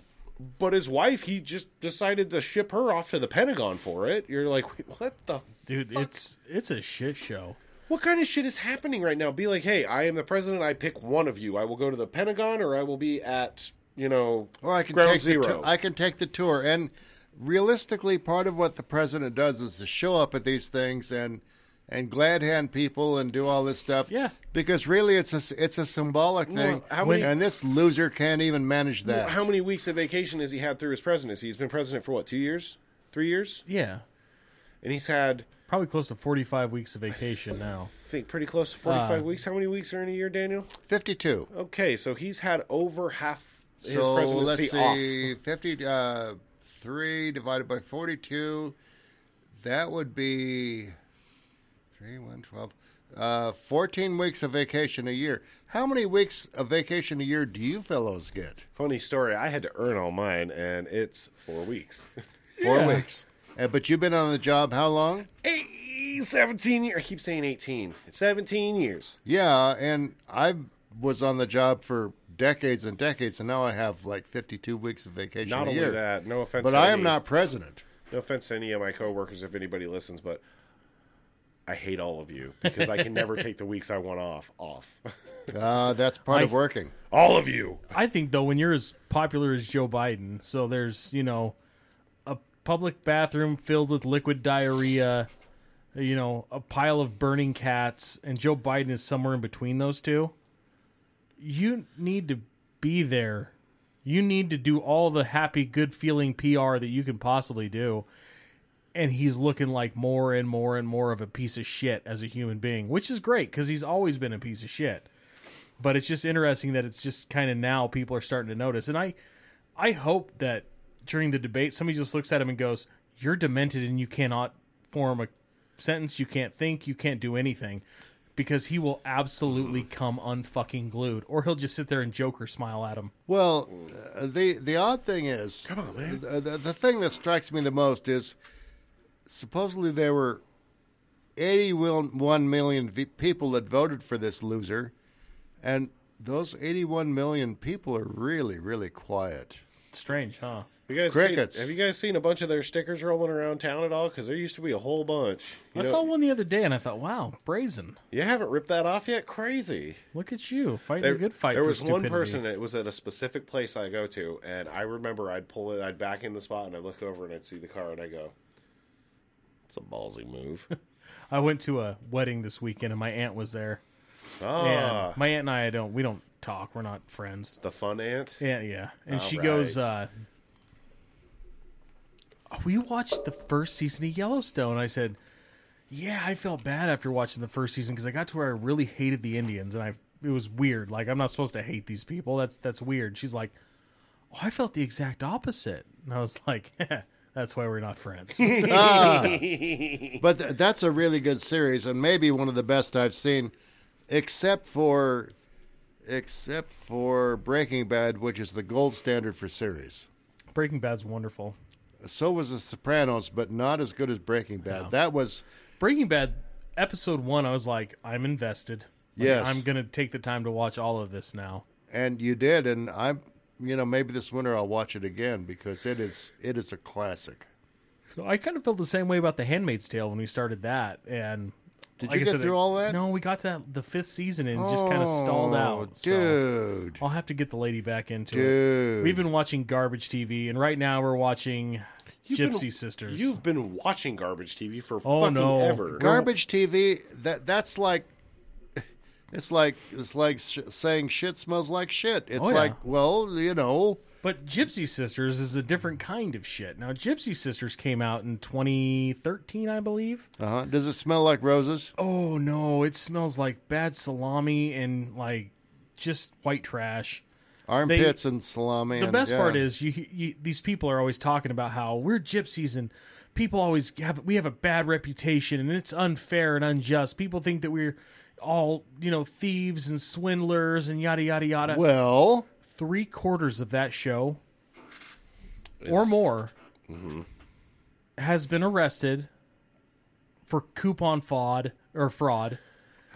Speaker 3: but his wife, he just decided to ship her off to the Pentagon for it. You're like, "Wait, what the
Speaker 1: Dude,
Speaker 3: fuck?
Speaker 1: it's it's a shit show.
Speaker 3: what kind of shit is happening right now? Be like, hey, I am the president. I pick one of you. I will go to the Pentagon, or I will be at you know,
Speaker 4: Or I can
Speaker 3: ground
Speaker 4: take
Speaker 3: zero.
Speaker 4: The tou- I can take the tour. And realistically, part of what the president does is to show up at these things and and glad hand people and do all this stuff.
Speaker 1: Yeah.
Speaker 4: Because really, it's a it's a symbolic thing.
Speaker 3: how many-
Speaker 4: and this loser can't even manage that.
Speaker 3: How many weeks of vacation has he had through his presidency? He's been president for what, two years? Three years?
Speaker 1: Yeah.
Speaker 3: And he's had,
Speaker 1: Probably close to 45 weeks of vacation now.
Speaker 3: I think, pretty close to 45 weeks. How many weeks are in a year, Daniel?
Speaker 4: Fifty-two.
Speaker 3: Okay, so he's had over half his
Speaker 4: so
Speaker 3: presidency
Speaker 4: let's see, fifty uh, three divided by forty-two, that would be three, one, twelve. Uh, 14 weeks of vacation a year. How many weeks of vacation a year do you fellows get?
Speaker 3: off. Funny story, I had to earn all mine, and it's four weeks.
Speaker 4: Four
Speaker 1: Yeah.
Speaker 4: weeks. Uh, but you've been on the job how long?
Speaker 3: Eight, 17 years. I keep saying 18. 17 years.
Speaker 4: Yeah, and I was on the job for decades and decades, and now I have like 52 weeks of vacation
Speaker 3: Not
Speaker 4: a
Speaker 3: only
Speaker 4: year.
Speaker 3: that, no offense
Speaker 4: but
Speaker 3: to
Speaker 4: I am
Speaker 3: any-
Speaker 4: not president.
Speaker 3: No offense to any of my coworkers if anybody listens, but I hate all of you because I can never take the weeks I want off off.
Speaker 4: Uh, that's part of working.
Speaker 3: all of you.
Speaker 1: I think though, when you're as popular as Joe Biden, so there's you know a public bathroom filled with liquid diarrhea, you know a pile of burning cats, and Joe Biden is somewhere in between those two. You need to be there. You need to do all the happy, good feeling PR that you can possibly do. And he's looking like more and more and more of a piece of shit as a human being, which is great because he's always been a piece of shit but it's just interesting that it's just kind of now people are starting to notice and i i hope that during the debate somebody just looks at him and goes you're demented and you cannot form a sentence you can't think you can't do anything because he will absolutely
Speaker 3: Mm.
Speaker 1: come unfucking glued or he'll just sit there and joker smile at him
Speaker 4: Well, uh, the the odd thing is, come on, man. The, the, the thing that strikes me the most is supposedly there were 81 million v- people that voted for this loser, and Those 81 million people are really, really quiet.
Speaker 1: Strange, huh?
Speaker 3: You guys
Speaker 4: Crickets.
Speaker 3: Seen, have you guys seen a bunch of their stickers rolling around town at all? Because there used to be a whole bunch. You
Speaker 1: I
Speaker 3: know-
Speaker 1: saw one the other day and I thought, wow, brazen.
Speaker 3: You haven't ripped that off yet? Crazy.
Speaker 1: Look at you fighting a good fight.
Speaker 3: there
Speaker 1: for
Speaker 3: was
Speaker 1: stupidity.
Speaker 3: one person that was at a specific place I go to, and I remember I'd pull it, I'd back in the spot, and I looked over and I'd see the car, and I go, "It's a ballsy move."
Speaker 1: I went to a wedding this weekend and my aunt was there.
Speaker 3: ah,
Speaker 1: And my aunt and I don't we don't talk. We're not friends.
Speaker 3: the fun ant.
Speaker 1: Yeah, yeah. And
Speaker 3: All
Speaker 1: she
Speaker 3: right.
Speaker 1: goes, uh, "Oh, We watched the first season of Yellowstone. I said, Yeah, I felt bad after watching the first season because I got to where I really hated the Indians and I it was weird. Like I'm not supposed to hate these people. That's that's weird. She's like, Oh, I felt the exact opposite. And I was like, that's why we're not friends.
Speaker 4: But th- that's a really good series and maybe one of the best I've seen, except for, except for Breaking Bad, which is the gold standard for series.
Speaker 1: Breaking Bad's wonderful.
Speaker 4: So was The Sopranos, but not as good as Breaking Bad. That was
Speaker 1: Breaking Bad episode one, I was like, I'm invested. Like,
Speaker 4: Yes.
Speaker 1: I'm gonna take the time to watch all of this now.
Speaker 4: and you did and i'm you know maybe this winter i'll watch it again because it is it is a classic
Speaker 1: So I kind of felt the same way about The Handmaid's Tale when we started that. And
Speaker 4: Did
Speaker 1: like
Speaker 4: you
Speaker 1: I
Speaker 4: get
Speaker 1: said,
Speaker 4: through
Speaker 1: it-
Speaker 4: all that? Oh,
Speaker 1: No, we got to the fifth season and just kind of stalled out. so
Speaker 4: dude
Speaker 1: I'll have to get the lady back into it.
Speaker 4: Dude.
Speaker 1: We've been watching garbage TV, and right now we're watching
Speaker 3: been-
Speaker 1: Gypsy Sisters.
Speaker 3: You've been watching garbage TV for
Speaker 1: Oh,
Speaker 3: fucking
Speaker 1: no.
Speaker 3: ever.
Speaker 4: garbage tv that that's like it's like it's like sh- saying shit smells like shit it's
Speaker 1: Oh, yeah.
Speaker 4: like well you know
Speaker 1: But Gypsy Sisters is a different kind of shit. Now, Gypsy Sisters came out in 2013, I believe.
Speaker 4: uh-huh. does it smell like roses
Speaker 1: Oh no, it smells like bad salami and like just white trash.
Speaker 4: armpits and salami
Speaker 1: The
Speaker 4: and,
Speaker 1: best
Speaker 4: yeah.
Speaker 1: part is you, you these people are always talking about how we're gypsies and people always have we have a bad reputation and it's unfair and unjust. People think that we're all, you know, thieves and swindlers and yada yada yada.
Speaker 4: well
Speaker 1: 3 quarters of that show or more
Speaker 3: Mm-hmm.
Speaker 1: has been arrested for coupon fraud or fraud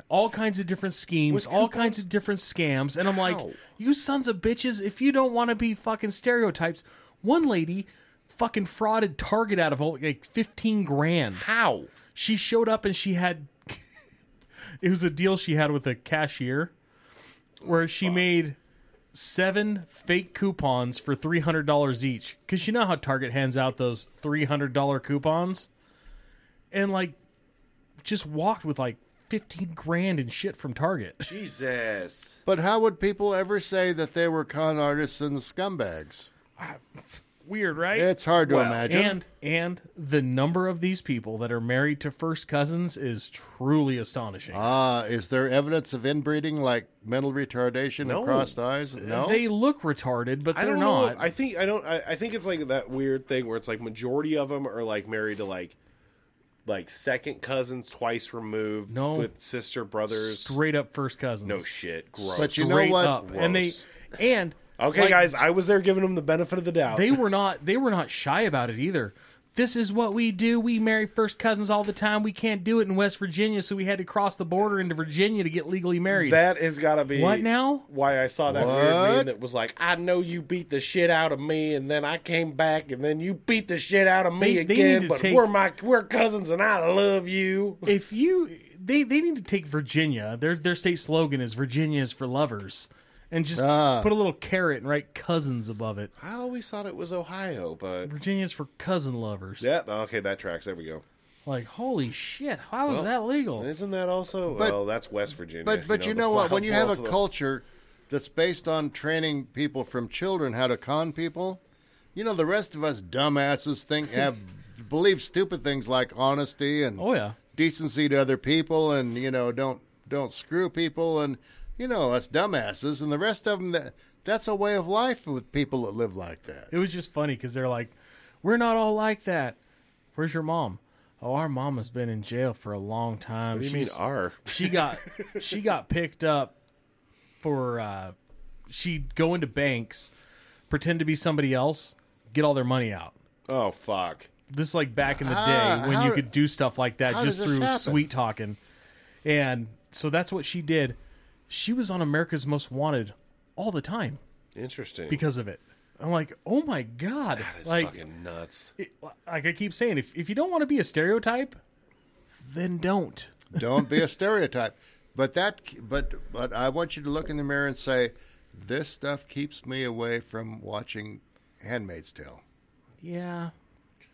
Speaker 1: all kinds of different schemes all kinds of different scams and i'm like
Speaker 3: How?
Speaker 1: you sons of bitches if you don't want to be fucking stereotypes one lady fucking frauded target out of like 15 grand
Speaker 3: How?
Speaker 1: she showed up and she had it was a deal she had with a cashier where she made seven fake coupons for $300 each because you know how target hands out those $300 coupons and like just walked with like 15 grand and shit from target
Speaker 3: Jesus.
Speaker 4: but how would people ever say that they were con artists and scumbags
Speaker 1: weird right
Speaker 4: it's hard to
Speaker 3: Well,
Speaker 4: imagine
Speaker 1: and and the number of these people that are married to first cousins is truly astonishing
Speaker 4: Ah, is there evidence of inbreeding like mental retardation
Speaker 3: No.
Speaker 4: and crossed eyes? No.
Speaker 1: they look retarded but
Speaker 3: I
Speaker 1: they're
Speaker 3: don't know.
Speaker 1: not
Speaker 3: I think I don't. I, I think it's like that weird thing where it's like majority of them are like married to like like second cousins twice removed
Speaker 1: No.
Speaker 3: with sister brothers.
Speaker 1: straight up first cousins.
Speaker 3: no shit, gross.
Speaker 4: But you know
Speaker 1: straight
Speaker 4: what?
Speaker 1: up. And they
Speaker 3: Gross.
Speaker 1: and
Speaker 3: okay,
Speaker 1: like,
Speaker 3: guys, I was there giving them the benefit of the doubt.
Speaker 1: they were not they were not shy about it either. This is what we do. We marry first cousins all the time. We can't do it in West Virginia, so we had to cross the border into Virginia to get legally married.
Speaker 3: that has got to be
Speaker 1: What now?
Speaker 3: Why I saw that weird meme
Speaker 4: What?
Speaker 3: that was like, I know you beat the shit out of me, and then I came back, and then you beat the shit out of me
Speaker 1: They- they need
Speaker 3: again.
Speaker 1: to
Speaker 3: But
Speaker 1: take-
Speaker 3: we're my we're cousins, and I love you.
Speaker 1: if you they they need to take Virginia. Their their state slogan is Virginia is for lovers. And just
Speaker 4: Ah.
Speaker 1: put a little carrot and write cousins above it.
Speaker 3: I always thought it was Ohio, but
Speaker 1: Virginia's for cousin lovers.
Speaker 3: yeah, okay, that tracks. There we go.
Speaker 1: Like, holy shit, how is that legal?
Speaker 3: Isn't that also?
Speaker 4: But-
Speaker 3: well, that's West Virginia.
Speaker 4: but but you know,
Speaker 3: the
Speaker 4: what?
Speaker 3: wild
Speaker 4: When you have a
Speaker 3: balls of the-
Speaker 4: culture that's based on training people from children how to con people, you know the rest of us dumbasses think have believe stupid things like honesty and
Speaker 1: Oh yeah.
Speaker 4: decency to other people, and you know don't don't screw people, and you know us dumbasses, and the rest of them that that's a way of life with people that live like that.
Speaker 1: It was just funny because they're like, "We're not all like that." Where's your mom? Oh, our mom has been in jail for a long time.
Speaker 3: What do you
Speaker 1: She's-
Speaker 3: mean R?
Speaker 1: she got she got picked up for uh, she'd go into banks, pretend to be somebody else, get all their money out.
Speaker 3: Oh fuck!
Speaker 1: This is like back in the
Speaker 4: Ah,
Speaker 1: day when
Speaker 4: how-
Speaker 1: you could do stuff like that
Speaker 4: how
Speaker 1: just
Speaker 4: does this
Speaker 1: through
Speaker 4: happen?
Speaker 1: sweet talking, and so that's what she did. she was on America's Most Wanted all the time
Speaker 3: Interesting.
Speaker 1: because of it. I'm like, oh my god,
Speaker 3: that is
Speaker 1: like,
Speaker 3: fucking nuts.
Speaker 1: it- like I keep saying, if if you don't want to be a stereotype, then don't.
Speaker 4: Don't be a stereotype. But that, but but I want you to look in the mirror and say, "This stuff keeps me away from watching *Handmaid's Tale*."
Speaker 1: Yeah,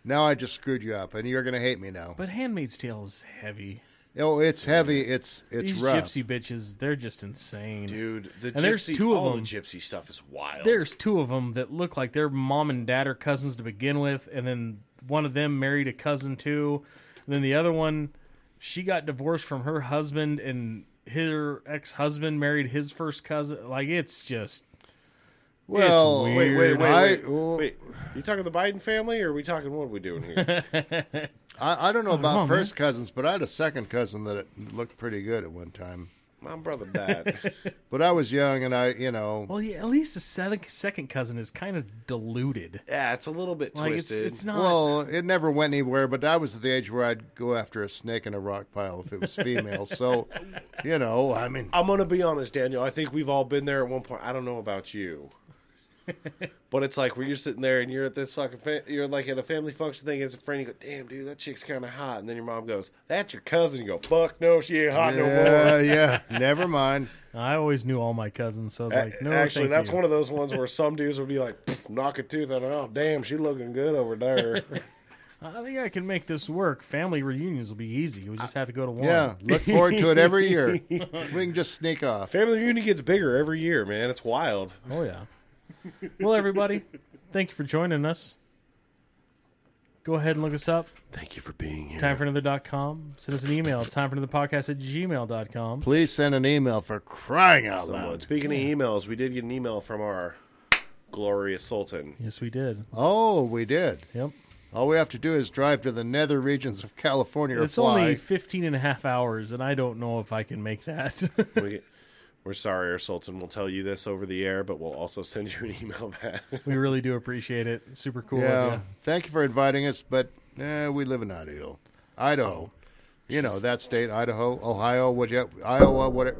Speaker 4: Now I just screwed you up, and you're gonna hate me now.
Speaker 1: but *Handmaid's Tale* is heavy.
Speaker 4: oh, it's heavy. It's it's
Speaker 1: These
Speaker 4: rough.
Speaker 1: gypsy bitches—they're just insane.
Speaker 3: Dude, the gypsy,
Speaker 1: And there's two of
Speaker 3: all
Speaker 1: them.
Speaker 3: the gypsy stuff is wild.
Speaker 1: There's two of them that look like their mom and dad are cousins to begin with, and then one of them married a cousin too. And then the other one, she got divorced from her husband, and her ex husband married his first cousin. Like it's just
Speaker 4: well,
Speaker 1: It's
Speaker 3: wait, wait, wait, wait.
Speaker 4: I, well,
Speaker 3: wait, you talking the Biden family, or are we talking what are we doing here?
Speaker 4: I, I don't know about
Speaker 1: on,
Speaker 4: first cousins, but I had a second cousin that looked pretty good at one time.
Speaker 3: My brother died.
Speaker 4: But I was young, and I, you know,
Speaker 1: well, yeah, at least the second second cousin is kind of diluted.
Speaker 3: yeah, it's a little bit
Speaker 1: Like it's
Speaker 3: twisted.
Speaker 1: it's not.
Speaker 4: well, it never went anywhere. But I was at the age where I'd go after a snake in a rock pile if it was female. so, you know, I mean,
Speaker 3: I'm gonna be honest, Daniel. I think we've all been there at one point. I don't know about you, but it's like where you're sitting there and you're at this fucking, fa- you're like at a family function thing. It's a friend. You go, damn, dude, that chick's kind of hot. And then your mom goes, "That's your cousin." You go, "Fuck no, she ain't hot no more."
Speaker 4: yeah, yeah, never mind.
Speaker 1: I always knew all my cousins, so I was like, no,
Speaker 3: Actually,
Speaker 1: thank
Speaker 3: that's
Speaker 1: you.
Speaker 3: one of those ones where some dudes would be like, "Pff, knock a tooth out. Oh, damn, she looking good over there.
Speaker 1: I think I can make this work. Family reunions will be easy. We just have to go to one.
Speaker 4: Yeah, look forward to it every year. We can just sneak off.
Speaker 3: Family reunion gets bigger every year, man. It's wild.
Speaker 1: Oh yeah. well, everybody, thank you for joining us. Go ahead and look us up.
Speaker 3: Thank you for being here.
Speaker 1: Time for another.com. Send us an email. Time for another podcast at gmail.com.
Speaker 4: Please send an email for crying out
Speaker 3: Someone.
Speaker 4: loud.
Speaker 3: Speaking of emails, we did get an email from our glorious Sultan.
Speaker 1: Yes, we did.
Speaker 4: Oh, we did.
Speaker 1: Yep.
Speaker 4: All we have to do is drive to the nether regions of California or
Speaker 1: It's
Speaker 4: fly.
Speaker 1: only 15 and a half hours, and I don't know if I can make that.
Speaker 3: we, we're sorry, our Sultan. We'll tell you this over the air, but we'll also send you an email back.
Speaker 1: we really do appreciate it. Super cool.
Speaker 4: yeah.
Speaker 1: of you.
Speaker 4: Thank you for inviting us, but eh, we live in Idaho, Idaho. you know that state, Idaho, Ohio, what you- Iowa, whatever,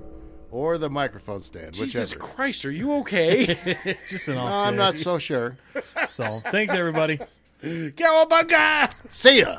Speaker 4: or the microphone stand,
Speaker 3: Jesus
Speaker 4: whichever.
Speaker 3: Christ, are you okay?
Speaker 1: Just an off
Speaker 4: I'm
Speaker 1: day.
Speaker 4: not so sure.
Speaker 1: So thanks, everybody.
Speaker 3: Cowabunga!
Speaker 4: See ya.